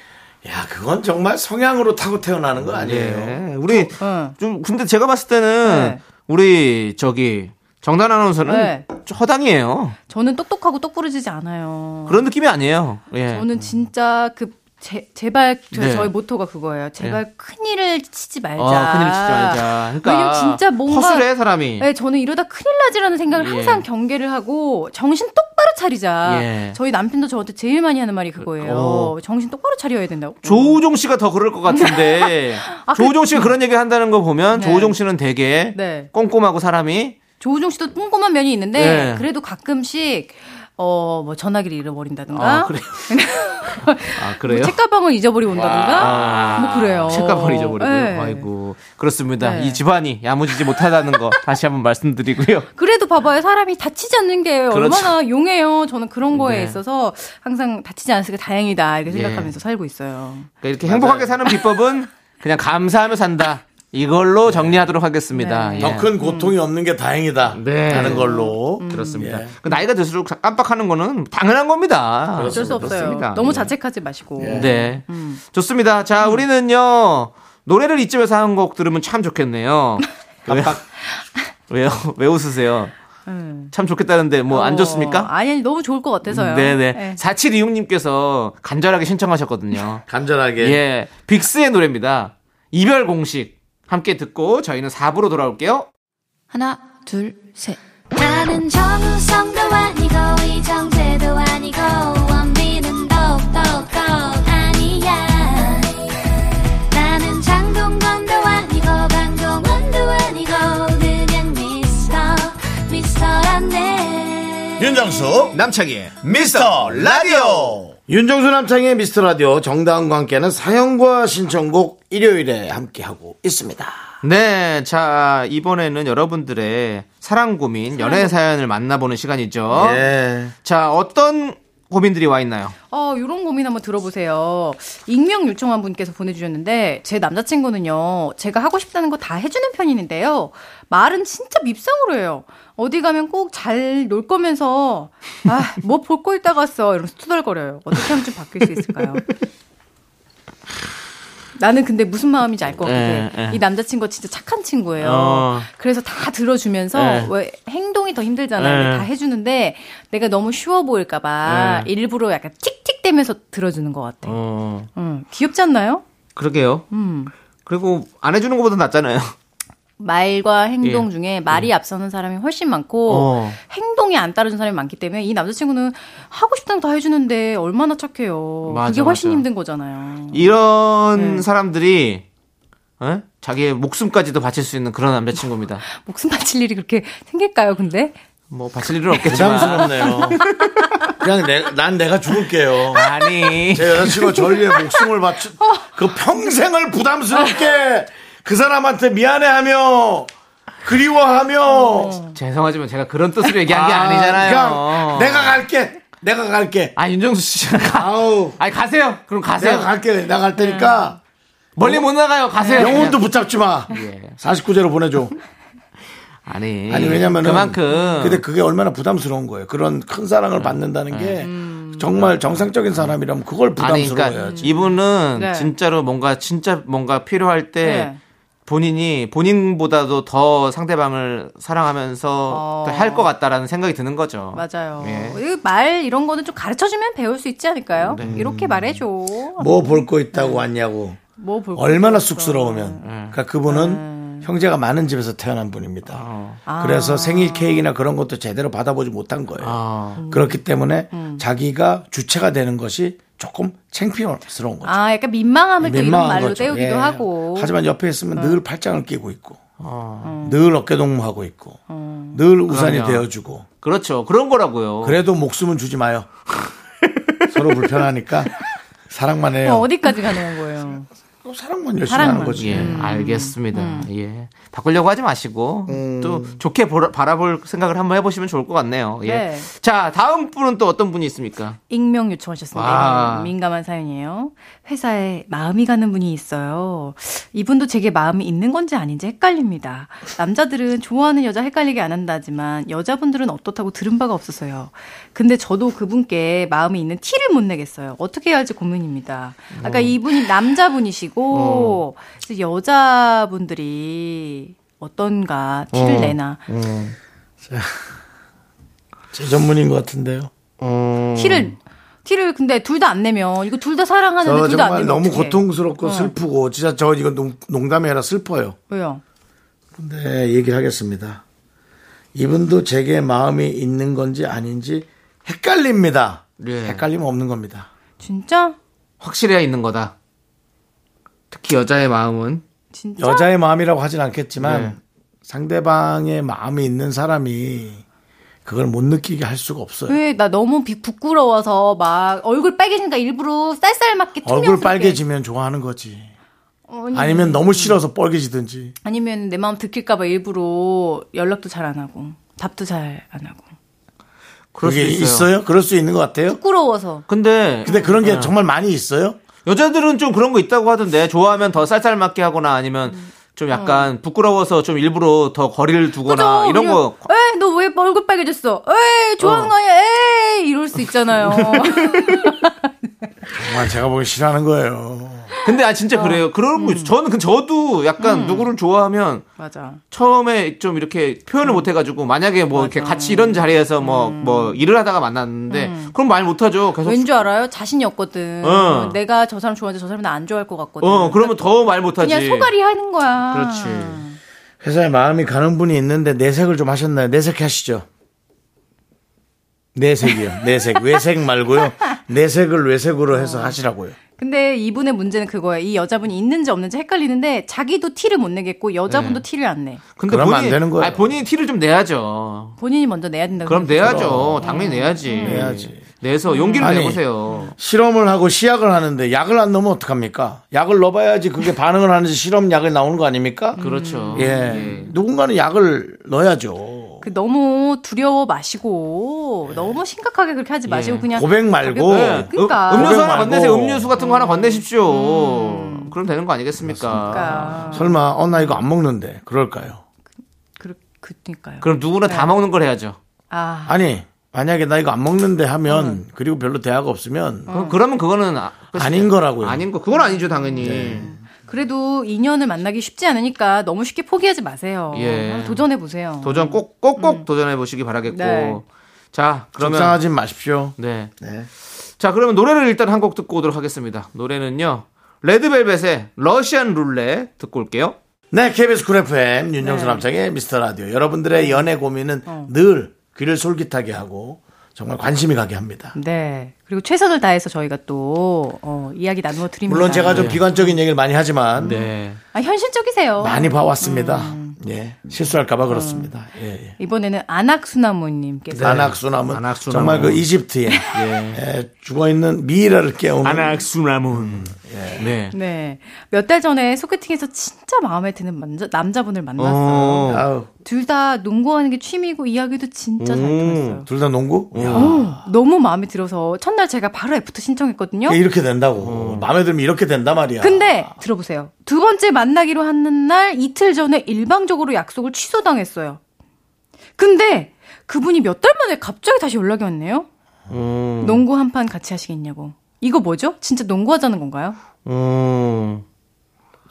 A: 야, 그건 정말 성향으로 타고 태어나는 거 아니에요.
B: 네. 우리
F: 응.
B: 좀 근데 제가 봤을 때는
F: 네.
B: 우리 저기 정단 아나운서는
F: 네.
B: 좀 허당이에요.
F: 저는 똑똑하고 똑부러지지 않아요.
B: 그런 느낌이 아니에요. 예.
F: 저는 진짜 그, 제, 제발, 그 저,
B: 네.
F: 저희 모토가 그거예요. 제발 큰일을 치지 말자.
B: 어, 큰일 치지 말자. 그러니까
F: 왜냐면 진짜 뭔가.
B: 허술해 사람이.
F: 네, 저는 이러다 큰일 나지라는 생각을
B: 예.
F: 항상 경계를 하고 정신 똑바로 차리자.
B: 예.
F: 저희 남편도 저한테 제일 많이 하는 말이 그거예요.
B: 어.
F: 정신 똑바로 차려야 된다고.
B: 조우종 씨가 더 그럴 것 같은데
F: 아,
B: 조우종 씨가 그런 얘기 한다는 거 보면
F: 네.
B: 조우종 씨는 되게
F: 네.
B: 꼼꼼하고 사람이
F: 조우종 씨도 꼼꼼한 면이 있는데
B: 예.
F: 그래도 가끔씩 어 뭐 전화기를 잃어버린다든가
B: 아, 그래요. 아,
F: 뭐
B: 그래요?
F: 책가방을 잊어버리고 온다든가
B: 아,
F: 뭐 그래요.
B: 책가방 잊어버리고
F: 예.
B: 아이고 그렇습니다.
F: 네.
B: 이 집안이 야무지지 못하다는 거 다시 한번 말씀드리고요.
F: 그래도 봐봐요. 사람이 다치지 않는 게
B: 그렇죠.
F: 얼마나 용해요. 저는 그런 거에
B: 네.
F: 있어서 항상 다치지 않았으니까 다행이다. 이렇게
B: 예.
F: 생각하면서 살고 있어요.
B: 그러니까 이렇게 행복하게 사는 비법은 그냥 감사하며 산다. 이걸로 정리하도록 하겠습니다.
F: 네.
B: 예.
A: 더 큰 고통이 없는 게 다행이다.
B: 네.
A: 라는 걸로.
B: 그렇습니다.
A: 예.
B: 그 나이가 들수록 깜빡하는 거는 당연한 겁니다.
F: 어쩔 수 없어요.
B: 그렇습니다.
F: 너무
B: 예.
F: 자책하지 음. 마시고.
B: 네. 좋습니다. 자, 우리는요. 노래를 이쯤에서 한 곡 들으면 참 좋겠네요. 깜빡. 왜요? 왜 웃으세요? 참 좋겠다는데 뭐 안
F: 음. 어,
B: 좋습니까? 음,
F: 아니, 아니, 너무 좋을 것 같아서요.
B: 네네.
F: 네.
B: 4726님께서 간절하게 신청하셨거든요.
A: 간절하게.
B: 예. 빅스의 노래입니다. 이별 공식. 함께 듣고 저희는 4부로 돌아올게요.
G: 하나, 둘, 셋.
C: 나는 정우성도 아니고 이정재도 아니고 원빈은 더욱더 아니야 나는 장동건도 아니고 강동원도 아니고 그냥 미스터
H: 윤정수
B: 남창희의
H: 미스터 라디오
A: 윤정수 남창의 미스터 라디오 정다은과 함께하는 사연과 신청곡 일요일에 함께하고 있습니다.
B: 네, 자 이번에는 여러분들의 사랑 고민, 연애 사연을 만나보는 시간이죠.
A: 예.
B: 자 어떤 고민들이 와 있나요?
F: 어, 요런 고민 한번 들어보세요. 익명 요청한 분께서 보내주셨는데, 제 남자친구는요, 제가 하고 싶다는 거 다 해주는 편인데요. 말은 진짜 밉상으로 해요. 어디 가면 꼭 잘 놀 거면서, 아, 뭐 볼 거 있다 갔어. 이러면서 투덜거려요. 어떻게 하면 좀 바뀔 수 있을까요? 나는 근데 무슨 마음인지 알 것
B: 예,
F: 같은데,
B: 예.
F: 이 남자친구가 진짜 착한 친구예요.
B: 어.
F: 그래서 다 들어주면서,
B: 예.
F: 왜 행동이 더 힘들잖아요.
B: 예.
F: 근데 다 해주는데, 내가 너무 쉬워 보일까봐,
B: 예.
F: 일부러 약간 틱틱대면서 들어주는 것 같아.
B: 어,
F: 음, 귀엽지 않나요?
B: 그러게요.
F: 음.
B: 그리고 안 해주는 것보다 낫잖아요.
F: 말과 행동
B: 예.
F: 중에 말이 앞서는 사람이 훨씬 많고
B: 어.
F: 행동이 안 따라준 사람이 많기 때문에 이 남자친구는 하고 싶다는 거 다 해주는데 얼마나 착해요.
B: 맞아,
F: 그게 훨씬
B: 맞아.
F: 힘든 거잖아요.
B: 이런 사람들이 어? 자기의 목숨까지도 바칠 수 있는 그런 남자친구입니다.
F: 목숨 바칠 일이 그렇게 생길까요? 근데
B: 뭐 바칠 일은 없겠지만
A: 부담스럽네요. 그냥 내, 난 내가 죽을게요.
B: 아니
A: 제 여자친구가 저를 위해 목숨을 바치, 그 평생을 부담스럽게 그 사람한테 미안해하며 그리워하며
B: 죄송하지만 제가 그런 뜻으로 얘기한 게
A: 아,
B: 아니잖아요.
A: 그냥 내가 갈게. 내가 갈게.
B: 아 윤정수 씨 가.
A: 아우.
B: 아니 네. 가세요. 그럼 가세요.
A: 내가 갈게. 내가 갈 테니까
B: 멀리 못 나가요. 가세요.
A: 네, 영혼도 붙잡지 마.
B: 예.
A: 49제로 보내줘.
B: 아니
A: 아니 왜냐면은
B: 그만큼
A: 근데 그게 얼마나 부담스러운 거예요. 그런 큰 사랑을 받는다는 게 정말 정상적인 사람이라면 그걸
B: 예. 아니
A: 부담스러워요.
B: 그러니까 이분은
F: 네.
B: 진짜로 뭔가 진짜 뭔가 필요할 때
F: 네.
B: 본인이 본인보다도 더 상대방을 사랑하면서
F: 어.
B: 할 것 같다라는 생각이 드는 거죠.
F: 맞아요.
B: 예.
F: 이말 이런 거는 좀 가르쳐주면 배울 수 있지 않을까요?
B: 네.
F: 이렇게 말해줘.
A: 뭐 볼 거 있다고 왔냐고.
F: 뭐 볼까?
A: 얼마나 쑥스러우면.
B: 어.
A: 그러니까
B: 예.
A: 그분은 형제가 많은 집에서 태어난 분입니다. 그래서 생일 케이크나 그런 것도 제대로 받아보지 못한 거예요.
F: 어.
B: 아.
A: 그렇기 때문에 자기가 주체가 되는 것이 조금 창피스러운 거죠.
F: 아, 약간 민망함을 또 이런
A: 민망한
F: 말로
A: 거죠.
F: 때우기도
A: 예.
F: 하고. 어.
A: 하지만 옆에 있으면 늘 팔짱을 끼고 있고, 늘 어깨 동무하고 있고,
F: 어.
A: 늘 우산이
B: 그럼요.
A: 되어주고.
B: 그렇죠. 그런 거라고요.
A: 그래도 목숨은 주지 마요. 서로 불편하니까 사랑만 해요. 어,
F: 어, 어디까지 가는 거예요?
A: 사랑만 열심히 하는
F: 사랑만.
A: 거지.
B: 예, 알겠습니다.
F: 음.
B: 예. 바꾸려고 하지 마시고 또 좋게 보라- 바라볼 생각을 한번 해 보시면 좋을 것 같네요. 예.
F: 네.
B: 자, 다음 분은 또 어떤 분이 있습니까?
F: 익명 요청하셨습니다.
A: 아.
B: 와.
F: 익명. 민감한 사연이에요. 회사에 마음이 가는 분이 있어요. 이분도 제게 마음이 있는 건지 아닌지 헷갈립니다. 남자들은 좋아하는 여자 헷갈리게 안 한다지만 여자분들은 어떻다고 들은 바가 없어서요. 근데 저도 그분께 마음이 있는 티를 못 내겠어요. 어떻게 해야 할지 고민입니다.
A: 어.
F: 아까 이분이 남자분이시고 그래서 여자분들이 어떤가 티를 내나
A: 제 전문인 것 같은데요.
B: 어.
F: 티를 티를 근데 둘 다 안 내면 이거 둘 다 사랑하는데
A: 저
F: 둘 다 안
A: 정말
F: 내면
A: 너무
F: 어떡해.
A: 고통스럽고 슬프고 진짜 저 이거 농, 농담이 아니라 슬퍼요.
F: 왜요?
A: 근데 얘기를 하겠습니다. 이분도 제게 마음이 있는 건지 아닌지 헷갈립니다.
B: 예.
A: 헷갈리면 없는 겁니다.
F: 진짜?
B: 확실해야 있는 거다. 특히 여자의 마음은
F: 진짜?
A: 여자의 마음이라고 하진 않겠지만
B: 네.
A: 상대방의 마음이 있는 사람이 그걸 못 느끼게 할 수가 없어요.
F: 왜 나 너무 비- 부끄러워서 막 얼굴 빨개지니까 일부러 쌀쌀맞게
A: 얼굴
F: 투명스럽게. 어,
A: 빨개지면 좋아하는 거지.
F: 아니,
A: 아니면 너무 싫어서 뻘개지든지.
F: 아니면 내 마음 들킬까봐 일부러 연락도 잘 안 하고 답도 잘 안 하고
B: 그럴 수
A: 그게
B: 있어요.
A: 있어요? 네. 그럴 수 있는 것 같아요?
F: 부끄러워서
B: 근데
A: 근데 그런 게 정말 많이 있어요?
B: 여자들은 좀 그런 거 있다고 하던데 좋아하면 더 쌀쌀맞게 하거나 아니면
F: 음.
B: 좀 약간 부끄러워서 좀 일부러 더 거리를 두거나
F: 어. 그죠?
B: 이런 거
F: 에이 너왜 얼굴 빨개졌어 에이 좋아하는
B: 어.
F: 거 아니야 에이 이럴 수 있잖아요
A: 정말 제가 보기 싫어하는 거예요.
B: 근데 아
F: 어.
B: 진짜 그래요 그런 거
F: 음.
B: 있어요 저는 그 저도 약간 누구를 좋아하면
F: 맞아
B: 처음에 좀 이렇게 표현을 못 해가지고 만약에 뭐 이렇게 같이 이런 자리에서 뭐 뭐 일을 하다가 만났는데 그럼 말 못하죠 계속
F: 왠 줄 알아요 자신이 없거든
B: 어.
F: 내가 저 사람 좋아하는데 저 사람 나 안 좋아할 것 같거든
B: 어 그러면 더 말 못하지
F: 그냥 소갈이 하는 거야
B: 그렇지
A: 회사에 마음이 가는 분이 있는데 내색을 좀 하셨나요? 내색하시죠. 내색이요. 내색. 외색 말고요. 내색을 외색으로 해서 하시라고요.
F: 근데 이분의 문제는 그거예요. 이 여자분이 있는지 없는지 헷갈리는데 자기도 티를 못 내겠고 여자분도
B: 네.
F: 티를 안 내.
B: 근데
A: 그러면 안
B: 본인,
A: 되는 거예요.
B: 아니, 본인이 티를 좀 내야죠.
F: 본인이 먼저 내야 된다고.
B: 그럼 내야죠. 음. 당연히 내야지.
A: 내야지.
B: 내서 용기를
A: 아니.
B: 내보세요.
A: 실험을 하고 시약을 하는데 약을 안 넣으면 어떡합니까? 약을 넣어봐야지 그게 반응을 하는지 실험 약이 나오는 거 아닙니까?
B: 그렇죠.
A: 예. 누군가는 약을 넣어야죠.
F: 그 너무 두려워 마시고
B: 네.
F: 너무 심각하게 그렇게 하지 마시고 그냥
A: 고백 말고.
F: 가볍게- 그러니까.
B: 예. 음, 음료수 하나
A: 고백 말고.
B: 건네세요. 음료수 같은 거 하나 건네십시오. 음. 그럼 되는 거 아니겠습니까?
F: 그러니까.
A: 설마 어 나 이거 안 먹는데 그럴까요?
F: 그, 그니까요.
B: 그럼 누구나 다 먹는 걸 해야죠.
F: 아,
A: 아니 만약에 나 이거 안 먹는데 하면 그리고 별로 대화가 없으면
B: 그럼, 그러면 그거는 아,
A: 아닌 거라고요. 네.
B: 아닌 거 그건 아니죠 당연히.
F: 그래도 인연을 만나기 쉽지 않으니까 너무 쉽게 포기하지 마세요.
B: 예.
F: 한번 도전해 보세요.
B: 도전 꼭 꼭 꼭 도전해 보시기 바라겠고.
F: 음. 네.
B: 자 그러면
A: 속상하지 마십시오.
B: 네.
A: 네.
B: 자 그러면 노래를 일단 한 곡 듣고 오도록 하겠습니다. 노래는요 레드벨벳의 러시안 룰레 듣고 올게요.
A: 네, KBS 쿨 FM 윤정수 남창의 미스터 라디오. 여러분들의 연애 고민은 늘 귀를 솔깃하게 하고 정말 관심이 가게 합니다.
F: 네. 그리고 최선을 다해서 저희가 또 어, 이야기 나누어 드립니다.
A: 물론 제가 좀 비관적인 얘기를 많이 하지만
B: 네.
F: 아, 현실적이세요.
A: 많이 봐왔습니다.
B: 음.
A: 예, 실수할까봐 그렇습니다. 예, 예.
F: 이번에는 안악수나무님께서
A: 안악수나무
B: 네. 안악수나무.
A: 정말 그 이집트에 예, 죽어있는 미이라를 깨우는
B: 안악수라문. 네.
F: 네. 몇 달 전에 소개팅에서 진짜 마음에 드는 남자, 남자분을 만났어요.
B: 어.
A: 아우,
F: 둘 다 농구하는 게 취미고 이야기도 진짜
A: 음.
F: 잘 통했어요. 어,
A: 둘 다 농구? 야,
F: 너무 마음에 들어서 첫날 제가 바로 애프터 신청했거든요.
A: 이렇게 된다고
B: 어.
A: 마음에 들면 이렇게 된단 말이야.
F: 근데 들어보세요. 두 번째 만나기로 하는 날 이틀 전에 일방적으로 약속을 취소당했어요. 근데 그분이 몇 달 만에 갑자기 다시 연락이 왔네요.
A: 음.
F: 농구 한 판 같이 하시겠냐고. 이거 뭐죠? 진짜 농구하자는 건가요?
B: 음.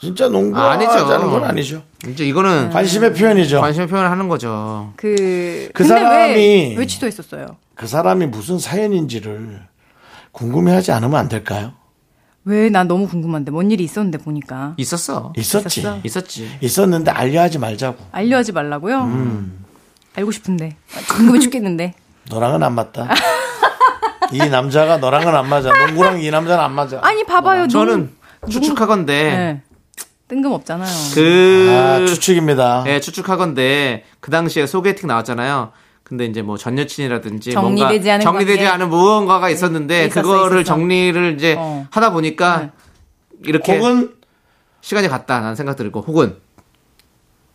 A: 진짜 농구
B: 아, 아니죠.
A: 하자는 건 아니죠. 음.
B: 이제 이거는
A: 관심의 표현이죠.
B: 관심을 표현하는 거죠.
F: 그,
A: 그
F: 근데
A: 사람이-
F: 왜, 왜 취소했었어요?
A: 그 사람이 무슨 사연인지를 궁금해하지 않으면 안 될까요?
F: 왜 나 너무 궁금한데 뭔 일이 있었는데 보니까
B: 있었어.
A: 있었지.
F: 있었어?
B: 있었지.
A: 있었... 는데 알려하지 말자고.
F: 알려하지 말라고요? 알고 싶은데 궁금해 죽겠는데
A: 너랑은 안 맞다. 이 남자가 너랑은 안 맞아. 농구랑 이 남자는 안 맞아.
F: 아니 봐봐요
B: 어, 저는
F: 농- 농-
B: 추측하건데
F: 네. 뜬금 없잖아요
B: 그
A: 아, 추측입니다.
B: 예, 추측하건데 그 당시에 소개팅 나왔잖아요. 근데 이제 뭐 전 여친이라든지
F: 정리되지
B: 뭔가
F: 않은
B: 정리되지
F: 관계. 네,
B: 않은 무언가가 있었는데
F: 있었어,
B: 그거를
F: 있었어.
B: 정리를 이제
F: 어.
B: 하다 보니까 이렇게
A: 혹은
B: 시간이 갔다라는 생각 들고 혹은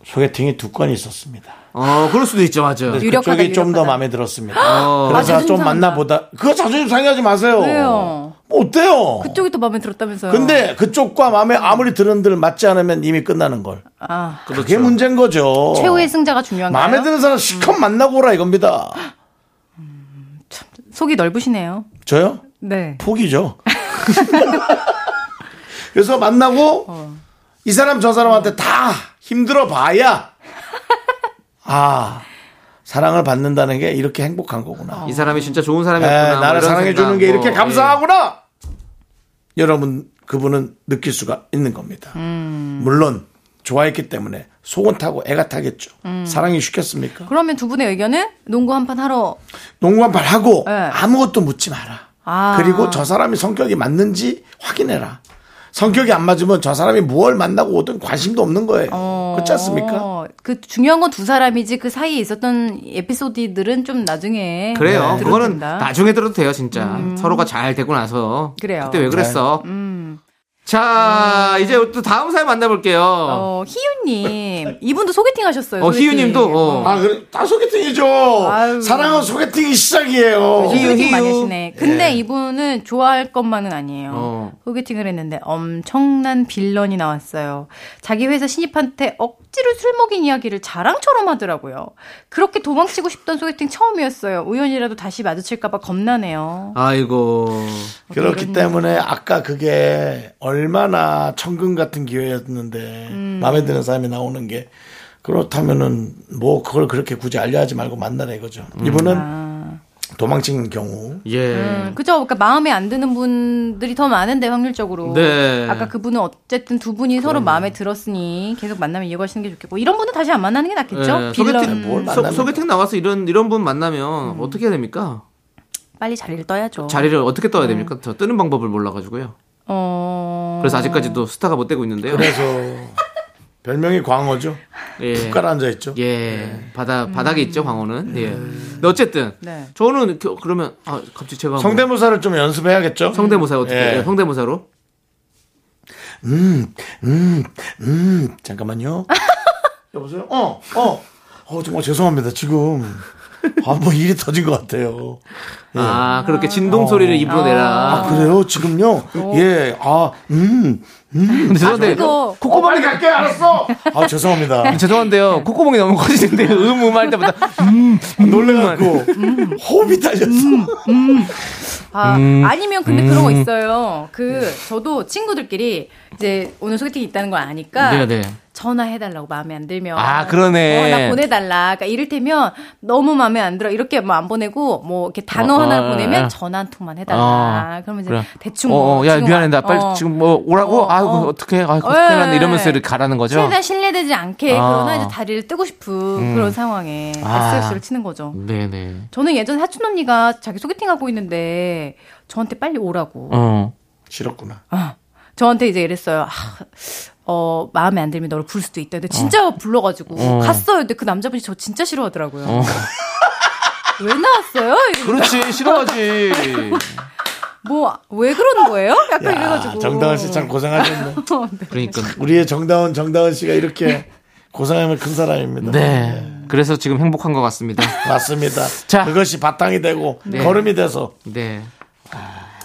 A: 소개팅이 두 건이 있었습니다.
B: 어 그럴 수도 있죠 맞아. 요
F: 유력하다,
A: 그쪽이 좀 더
F: 유력하다.
A: 마음에 들었습니다.
B: 어.
A: 그래서
F: 아, 자존심
A: 좀
F: 상한다.
A: 만나보다 그거 자존심 상해하지 마세요.
F: 왜요?
A: 뭐 어때요?
F: 그쪽이 더 마음에 들었다면서요
A: 근데 그쪽과 마음에 아무리 들은들 맞지 않으면 이미 끝나는 걸.
F: 아,
A: 그게 문제인 거죠.
F: 최후의 승자가 중요한가요?
A: 마음에 드는 사람 실컷 만나고 오라 이겁니다.
F: 속이 넓으시네요
A: 저요?
F: 네
A: 포기죠. 그래서 만나고 이 사람 저 사람한테 다 힘들어 봐야 아 사랑을 받는다는 게 이렇게 행복한 거구나.
B: 이 사람이 진짜 좋은
A: 에,
B: 어. 사람이었구나. 뭐
A: 네, 나를
B: 이런
A: 사랑해
B: 생각,
A: 주는 게 이렇게
B: 뭐,
A: 감사하구나. 여러분 그분은 느낄 수가 있는 겁니다. 물론 좋아했기 때문에 속은 타고 애가 타겠죠. 사랑이 쉽겠습니까?
F: 그러면 두 분의 의견은 농구 한 판 하러
A: 농구한발 하고
F: 네.
A: 아무것도 묻지 마라.
F: 아.
A: 그리고 저 사람이 성격이 맞는지 확인해라. 성격이 안 맞으면 저 사람이 무얼 만나고 오든 관심도 없는 거예요. 그렇지 않습니까?
F: 어, 그 중요한 건 두 사람이지 그 사이에 있었던 에피소드들은 좀 나중에
B: 예. 그래요.
F: 네, 들어도
B: 그거는
F: 된다. 음.
B: 나중에 들어도 돼요 진짜. 서로가 잘 되고 나서
F: 그래요.
B: 그때 왜 그랬어.
A: 네.
B: 자 이제 또 다음 사연 만나볼게요.
F: 어, 희유님 이분도 소개팅 하셨어요.
B: 어,
F: 소개팅.
B: 희유님도 어.
A: 아, 그래. 다 소개팅이죠.
F: 아유.
A: 사랑은 소개팅이 시작이에요.
B: 희유,
F: 소개팅 어, 많이
B: 희유.
F: 하시네. 근데 이분은 좋아할 것만은 아니에요.
B: 어.
F: 소개팅을 했는데 엄청난 빌런이 나왔어요. 자기 회사 신입한테 억지로 술 먹인 이야기를 자랑처럼 하더라고요. 그렇게 도망치고 싶던 소개팅 처음이었어요. 우연이라도 다시 마주칠까봐 겁나네요.
B: 아이고.
A: 그렇기 때문에 아까 그게 얼마나 천금 같은 기회였는데 마음에 드는 사람이 나오는 게 그렇다면은 뭐 그걸 그렇게 굳이 알려하지 말고 만나라 이거죠. 이분은
F: 아.
A: 도망친 경우
B: 예.
F: 음, 그죠? 그러니까 마음에 안 드는 분들이 더 많은데 확률적으로.
B: 네.
F: 아까 그분은 어쨌든 두 분이 서로 마음에 들었으니 계속 만나면 이어가시는 게 좋겠고 이런 분은 다시 안 만나는 게 낫겠죠?
B: 예,
F: 빌런.
A: 뭘
B: 소개팅, 소,
A: 만납니까?
F: 음.
B: 소개팅 나와서 이런 이런 분 만나면 어떻게 해야 됩니까?
I: 빨리 자리를 떠야죠.
B: 자리를 어떻게 떠야 됩니까? 저 뜨는 방법을 몰라가지고요.
I: 어.
B: 그래서 아직까지도 스타가 못 되고 있는데요.
A: 그래서 별명이 광어죠.
B: 예.
A: 푹 가라앉아 있죠.
B: 예. 바다 바닥에 있죠 광어는. 예. 근데 어쨌든
F: 음. 네.
B: 저는 그- 그러면 아 갑자기 제가 한번-
A: 성대모사를 좀 연습해야겠죠.
B: 성대모사 어떻게
A: 예.
B: 예, 성대모사로
A: 음, 음, 음. 잠깐만요. 여보세요? 어, 어. 어, 정말 죄송합니다. 지금. 아, 뭐 일이 터진 것 같아요. 예. 아,
B: 아 그렇게
F: 어.
B: 진동 소리를 입으로
F: 아,
B: 내라.
A: 그래요? 지금요?
B: 어.
A: 예, 아, 음.
B: 근데 죄송한데
F: 이거
A: 콧구멍이 갈게, 알았어! 아, 죄송합니다.
F: 네.
B: 죄송한데요 콧구멍이 너무 커지는데 음 음 할 때마다
A: 놀래갖고
B: 음.
A: 호흡이 달렸어.
F: 아, 아니면 근데 그런
B: 음.
F: 거 있어요. 그 저도 친구들끼리 이제 오늘 소개팅이 있다는 걸 아니까
B: 네네.
F: 전화해달라고 마음에 안 들면
B: 아, 그러네.
F: 어, 나 보내달라. 그러니까 이를테면 너무 마음에 안 들어 이렇게 뭐 안 보내고 뭐 이렇게 단어
B: 어,
F: 하나
B: 어,
F: 보내면
B: 어.
F: 전화 한 통만 해달라.
B: 어,
F: 그러면 이제
B: 그래.
F: 대충
B: 어, 어, 야
F: 지금
B: 미안해 나 빨리
F: 어.
B: 지금 뭐 오라고
F: 어,
B: 아이
F: 어.
B: 어떡해 아이
F: 예.
B: 큰일 났네 이러면서 이렇게 가라는 거죠
F: 최대한 신뢰되지
B: 아.
F: 않게
B: 음.
F: 그러나 이제 다리를 뜨고 싶은 그런 상황에
B: 아.
F: SOS를 치는 거죠.
B: 네네
F: 저는 예전에 사촌 언니가 자기 소개팅 하고 있는데 저한테 빨리 오라고
B: 어
A: 싫었구나.
F: 저한테 이제 이랬어요. 아, 어 마음에 안 들면 너를 부를 수도 있다. 근데 진짜 불러가지고
B: 어.
F: 갔어요. 근데 그 남자분이 저 진짜 싫어하더라고요. 왜 나왔어요? 이러고
B: 그렇지 싫어하지
F: 뭐왜 그러는 거예요? 약간 이래가지고
A: 정다은 씨 참 고생하셨네.
B: 그러니까
A: 우리의 정다은, 정다은 씨가 이렇게 고생하면 큰 사람입니다.
B: 네 그래서 지금 행복한 것 같습니다
A: 맞습니다.
B: 자.
A: 그것이 바탕이 되고 걸음이 돼서.
B: 네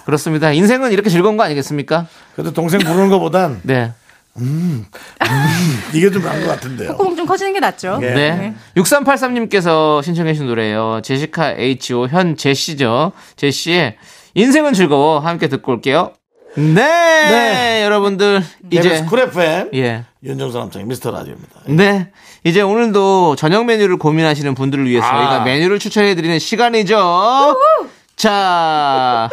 B: 그렇습니다 인생은 이렇게 즐거운 거 아니겠습니까
A: 그래도 동생 부르는 것보단
B: 네
A: 이게 좀 나은 것 같은데요.
F: 콧구멍 좀 커지는 게 낫죠.
A: 예.
B: 네. 6383님께서 신청해주신 노래예요. 제시카 H.O. 현 제시죠. 제시의 인생은 즐거워 함께 듣고 올게요. 네, 여러분들 이제
A: 이제 쿨 FM
B: 예.
A: 윤정수 남창의 미스터 라디오입니다.
B: 네. 이제 오늘도 저녁 메뉴를 고민하시는 분들을 위해서 저희가 메뉴를 추천해드리는 시간이죠. 자,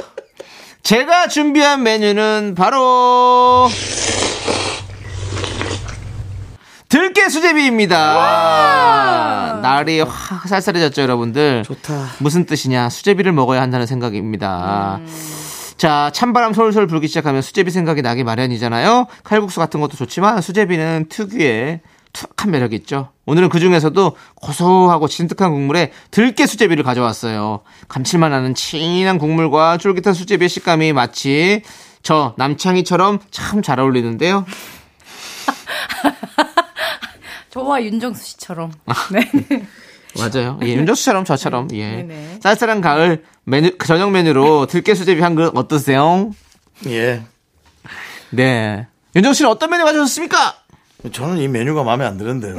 B: 제가 준비한 메뉴는 바로 들깨 수제비입니다. 날이 확 쌀쌀해졌죠, 여러분들. 좋다. 무슨 뜻이냐? 수제비를 먹어야 한다는 생각입니다. 자, 찬바람 솔솔 불기 시작하면 수제비 생각이 나기 마련이잖아요. 칼국수 같은 것도 좋지만 수제비는 특유의 투악한 매력이 있죠. 오늘은 그 중에서도 고소하고 진득한 국물에 들깨 수제비를 가져왔어요. 감칠맛 나는 진한 국물과 쫄깃한 수제비의 식감이 마치 저 남창희처럼 참 잘 어울리는데요.
F: 저와 윤정수 씨처럼. 네.
B: 맞아요. 예, 윤정수처럼 저처럼 예.
F: 네네.
B: 쌀쌀한 가을 메뉴 그 저녁 메뉴로 들깨 수제비 한 그릇 어떠세요?
A: 예.
B: 네. 윤정 씨는 어떤 메뉴 가져오셨습니까?
A: 저는 이 메뉴가 마음에 안 드는데요.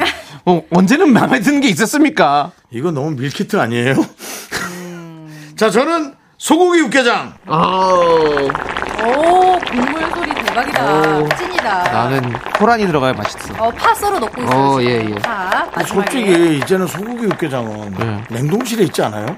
B: 어, 언제는 마음에 드는 게 있었습니까?
A: 이거 너무 밀키트 아니에요?
F: 음.
A: 자, 저는 소고기 육개장.
F: 오 국물 소리 대박이다. 찐이다.
B: 나는 호란이 들어가야 맛있어.
F: 어, 파 썰어 넣고 있어요.
B: 어,
F: 지금.
B: 예, 예.
F: 파. 마지막에.
A: 솔직히 이제는 소고기 육개장은
B: 네.
A: 냉동실에 있지 않아요?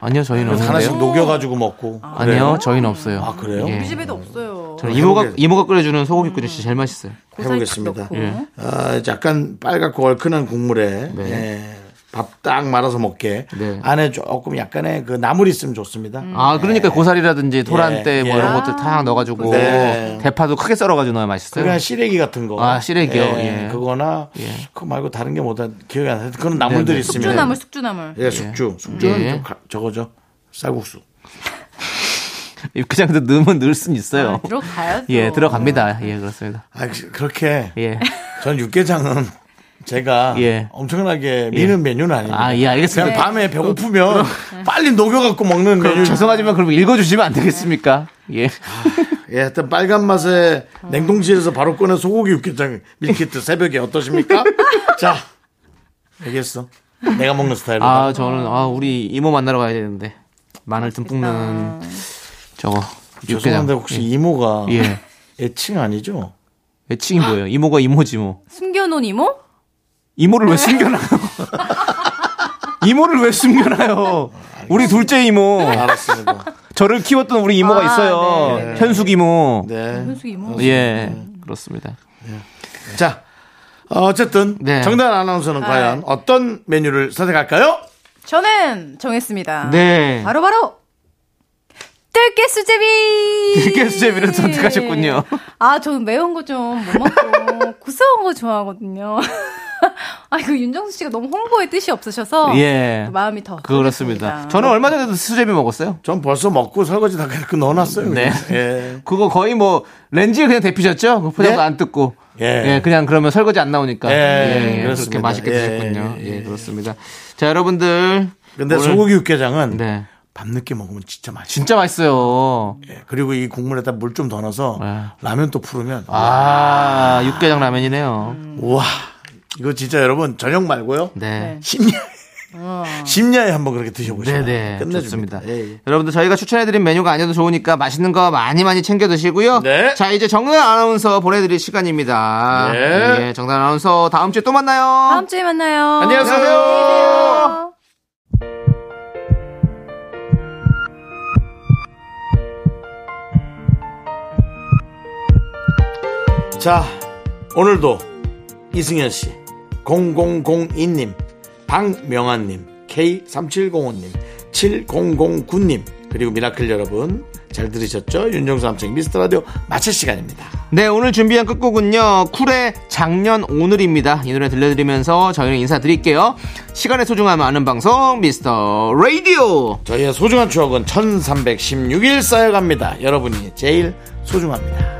B: 아니요, 저희는
A: 그래서 하나씩
B: 없는데요.
A: 녹여가지고 먹고. 네.
B: 아니요, 저희는 없어요.
A: 아, 그래요?
F: 우리
B: 예.
F: 집에도 없어요.
B: 저는 이모가
A: 해보게-
B: 이모가 끓여주는 소고기 끓여 진짜 제일 맛있어요.
A: 해보겠습니다.
F: 고사리 넣고.
A: 아, 약간 빨갛고 얼큰한 국물에 예, 밥 딱 말아서 먹게
B: 네.
A: 안에 조금 약간의 그 나물 있으면 좋습니다.
B: 아, 그러니까 고사리라든지 도란대 뭐
A: 예.
B: 이런 것들 다 넣어가지고
A: 네.
B: 대파도 크게 썰어가지고 넣어야 맛있어요.
A: 그냥 시래기 같은 거.
B: 아, 시래기요? 예.
A: 그거나 그거 말고 다른 게 뭐다 기억이 안 나요. 그런 나물들
B: 네, 네.
A: 있으면.
F: 숙주나물, 숙주나물.
A: 예, 숙주. 숙주는
B: 예.
A: 좀 가- 저거죠. 쌀국수.
B: 그냥 넣으면 넣을 순 있어요.
F: 아, 들어가야죠.
B: 예, 들어갑니다. 예, 그렇습니다.
A: 아, 그- 그렇게
B: 예.
A: 전 육개장은 제가
B: 예.
A: 엄청나게 미는 메뉴는 아닙니다.
B: 아, 예, 알겠습니다.
A: 그냥 밤에 배고프면 빨리 녹여갖고 먹는 메뉴.
B: 죄송하지만 그럼 읽어주시면 안 되겠습니까? 예.
A: 예, 하여튼 빨간 맛에 냉동실에서 바로 꺼낸 소고기 육개장 밀키트 새벽에 어떠십니까? 자, 알겠어. 내가 먹는 스타일로.
B: 아 저는 아 우리 이모 만나러 가야 되는데 마늘 듬뿍 넣은 저거
A: 그러니까. 죄송한데 혹시 이모가
B: 예. 예
A: 애칭 아니죠?
B: 애칭이 뭐예요? 이모가 이모지 뭐
F: 숨겨놓은 이모?
B: 이모를 왜 숨겨놔요? 이모를 왜 숨겨놔요? 우리 둘째 이모
A: 알았습니다.
B: 저를 키웠던 우리 이모가
F: 아,
B: 있어요
F: 네, 네, 네.
B: 현숙 이모
A: 네.
F: 현수 이모? 뭐?
B: 예 그렇습니다
A: 자, 어, 어쨌든
B: 네.
A: 정단 아나운서는 과연 어떤 메뉴를 선택할까요?
F: 아, 저는 정했습니다.
B: 네
F: 바로바로 들깨 수제비. 예.
B: 들깨 수제비를 선택하셨군요.
F: 아, 저는 매운 거 좀 못 먹고 구수한 거 좋아하거든요. 아, 그 윤정수 씨가 너무 홍보에 뜻이 없으셔서
B: 예.
F: 마음이 더
B: 그렇습니다.
F: 그렇습니다.
B: 저는 얼마 전에도 수제비 먹었어요.
A: 전 벌써 먹고 설거지 다 그렇게 넣어놨어요.
B: 네.
A: 그냥. 예.
B: 그거 거의 뭐 렌즈에 그냥 데피셨죠? 그 포장도
A: 네?
B: 안 뜯고.
A: 예.
B: 예, 그냥 그러면 설거지 안 나오니까.
A: 예,
B: 예, 그렇게
A: 그렇습니다.
B: 맛있게
A: 예,
B: 드셨군요.
A: 예,
B: 예, 그렇습니다. 자, 여러분들.
A: 근데
B: 오늘-
A: 소고기 육개장은
B: 네.
A: 밤늦게 먹으면 진짜 맛있어.
B: 진짜 맛있어요.
A: 예. 그리고 이 국물에다 물 좀 더 넣어서
B: 예.
A: 라면 또 풀으면
B: 아, 육개장 라면이네요.
F: 음,
A: 우와 이거 진짜 여러분 저녁 말고요.
B: 네.
A: 심야 심야에 한번 그렇게 드셔보세요.
B: 네네.
A: 끝내줍니다. 예,
B: 좋습니다. 여러분들 저희가 추천해드린 메뉴가 아니어도 좋으니까 맛있는 거 많이 많이 챙겨 드시고요.
A: 네.
B: 자 이제 정은 아나운서 보내드릴 시간입니다.
A: 네.
B: 예, 정은 아나운서 다음 주에 또 만나요.
F: 다음 주에 만나요.
B: 안녕히 가세요.
F: 안녕히 계세요.
A: 예. 자, 오늘도 이승현 씨, 0002님, 박명환님, K3705님, 7009님, 그리고 미라클 여러분, 잘 들으셨죠? 윤정수 남창 미스터 라디오 마칠 시간입니다.
B: 네, 오늘 준비한 끝곡은요. 쿨의 작년 오늘입니다. 이 노래 들려드리면서 저희는 인사드릴게요. 시간의 소중함 아는 방송 미스터 라디오.
A: 저희의 소중한 추억은 1316일 쌓여갑니다. 여러분이 제일 소중합니다.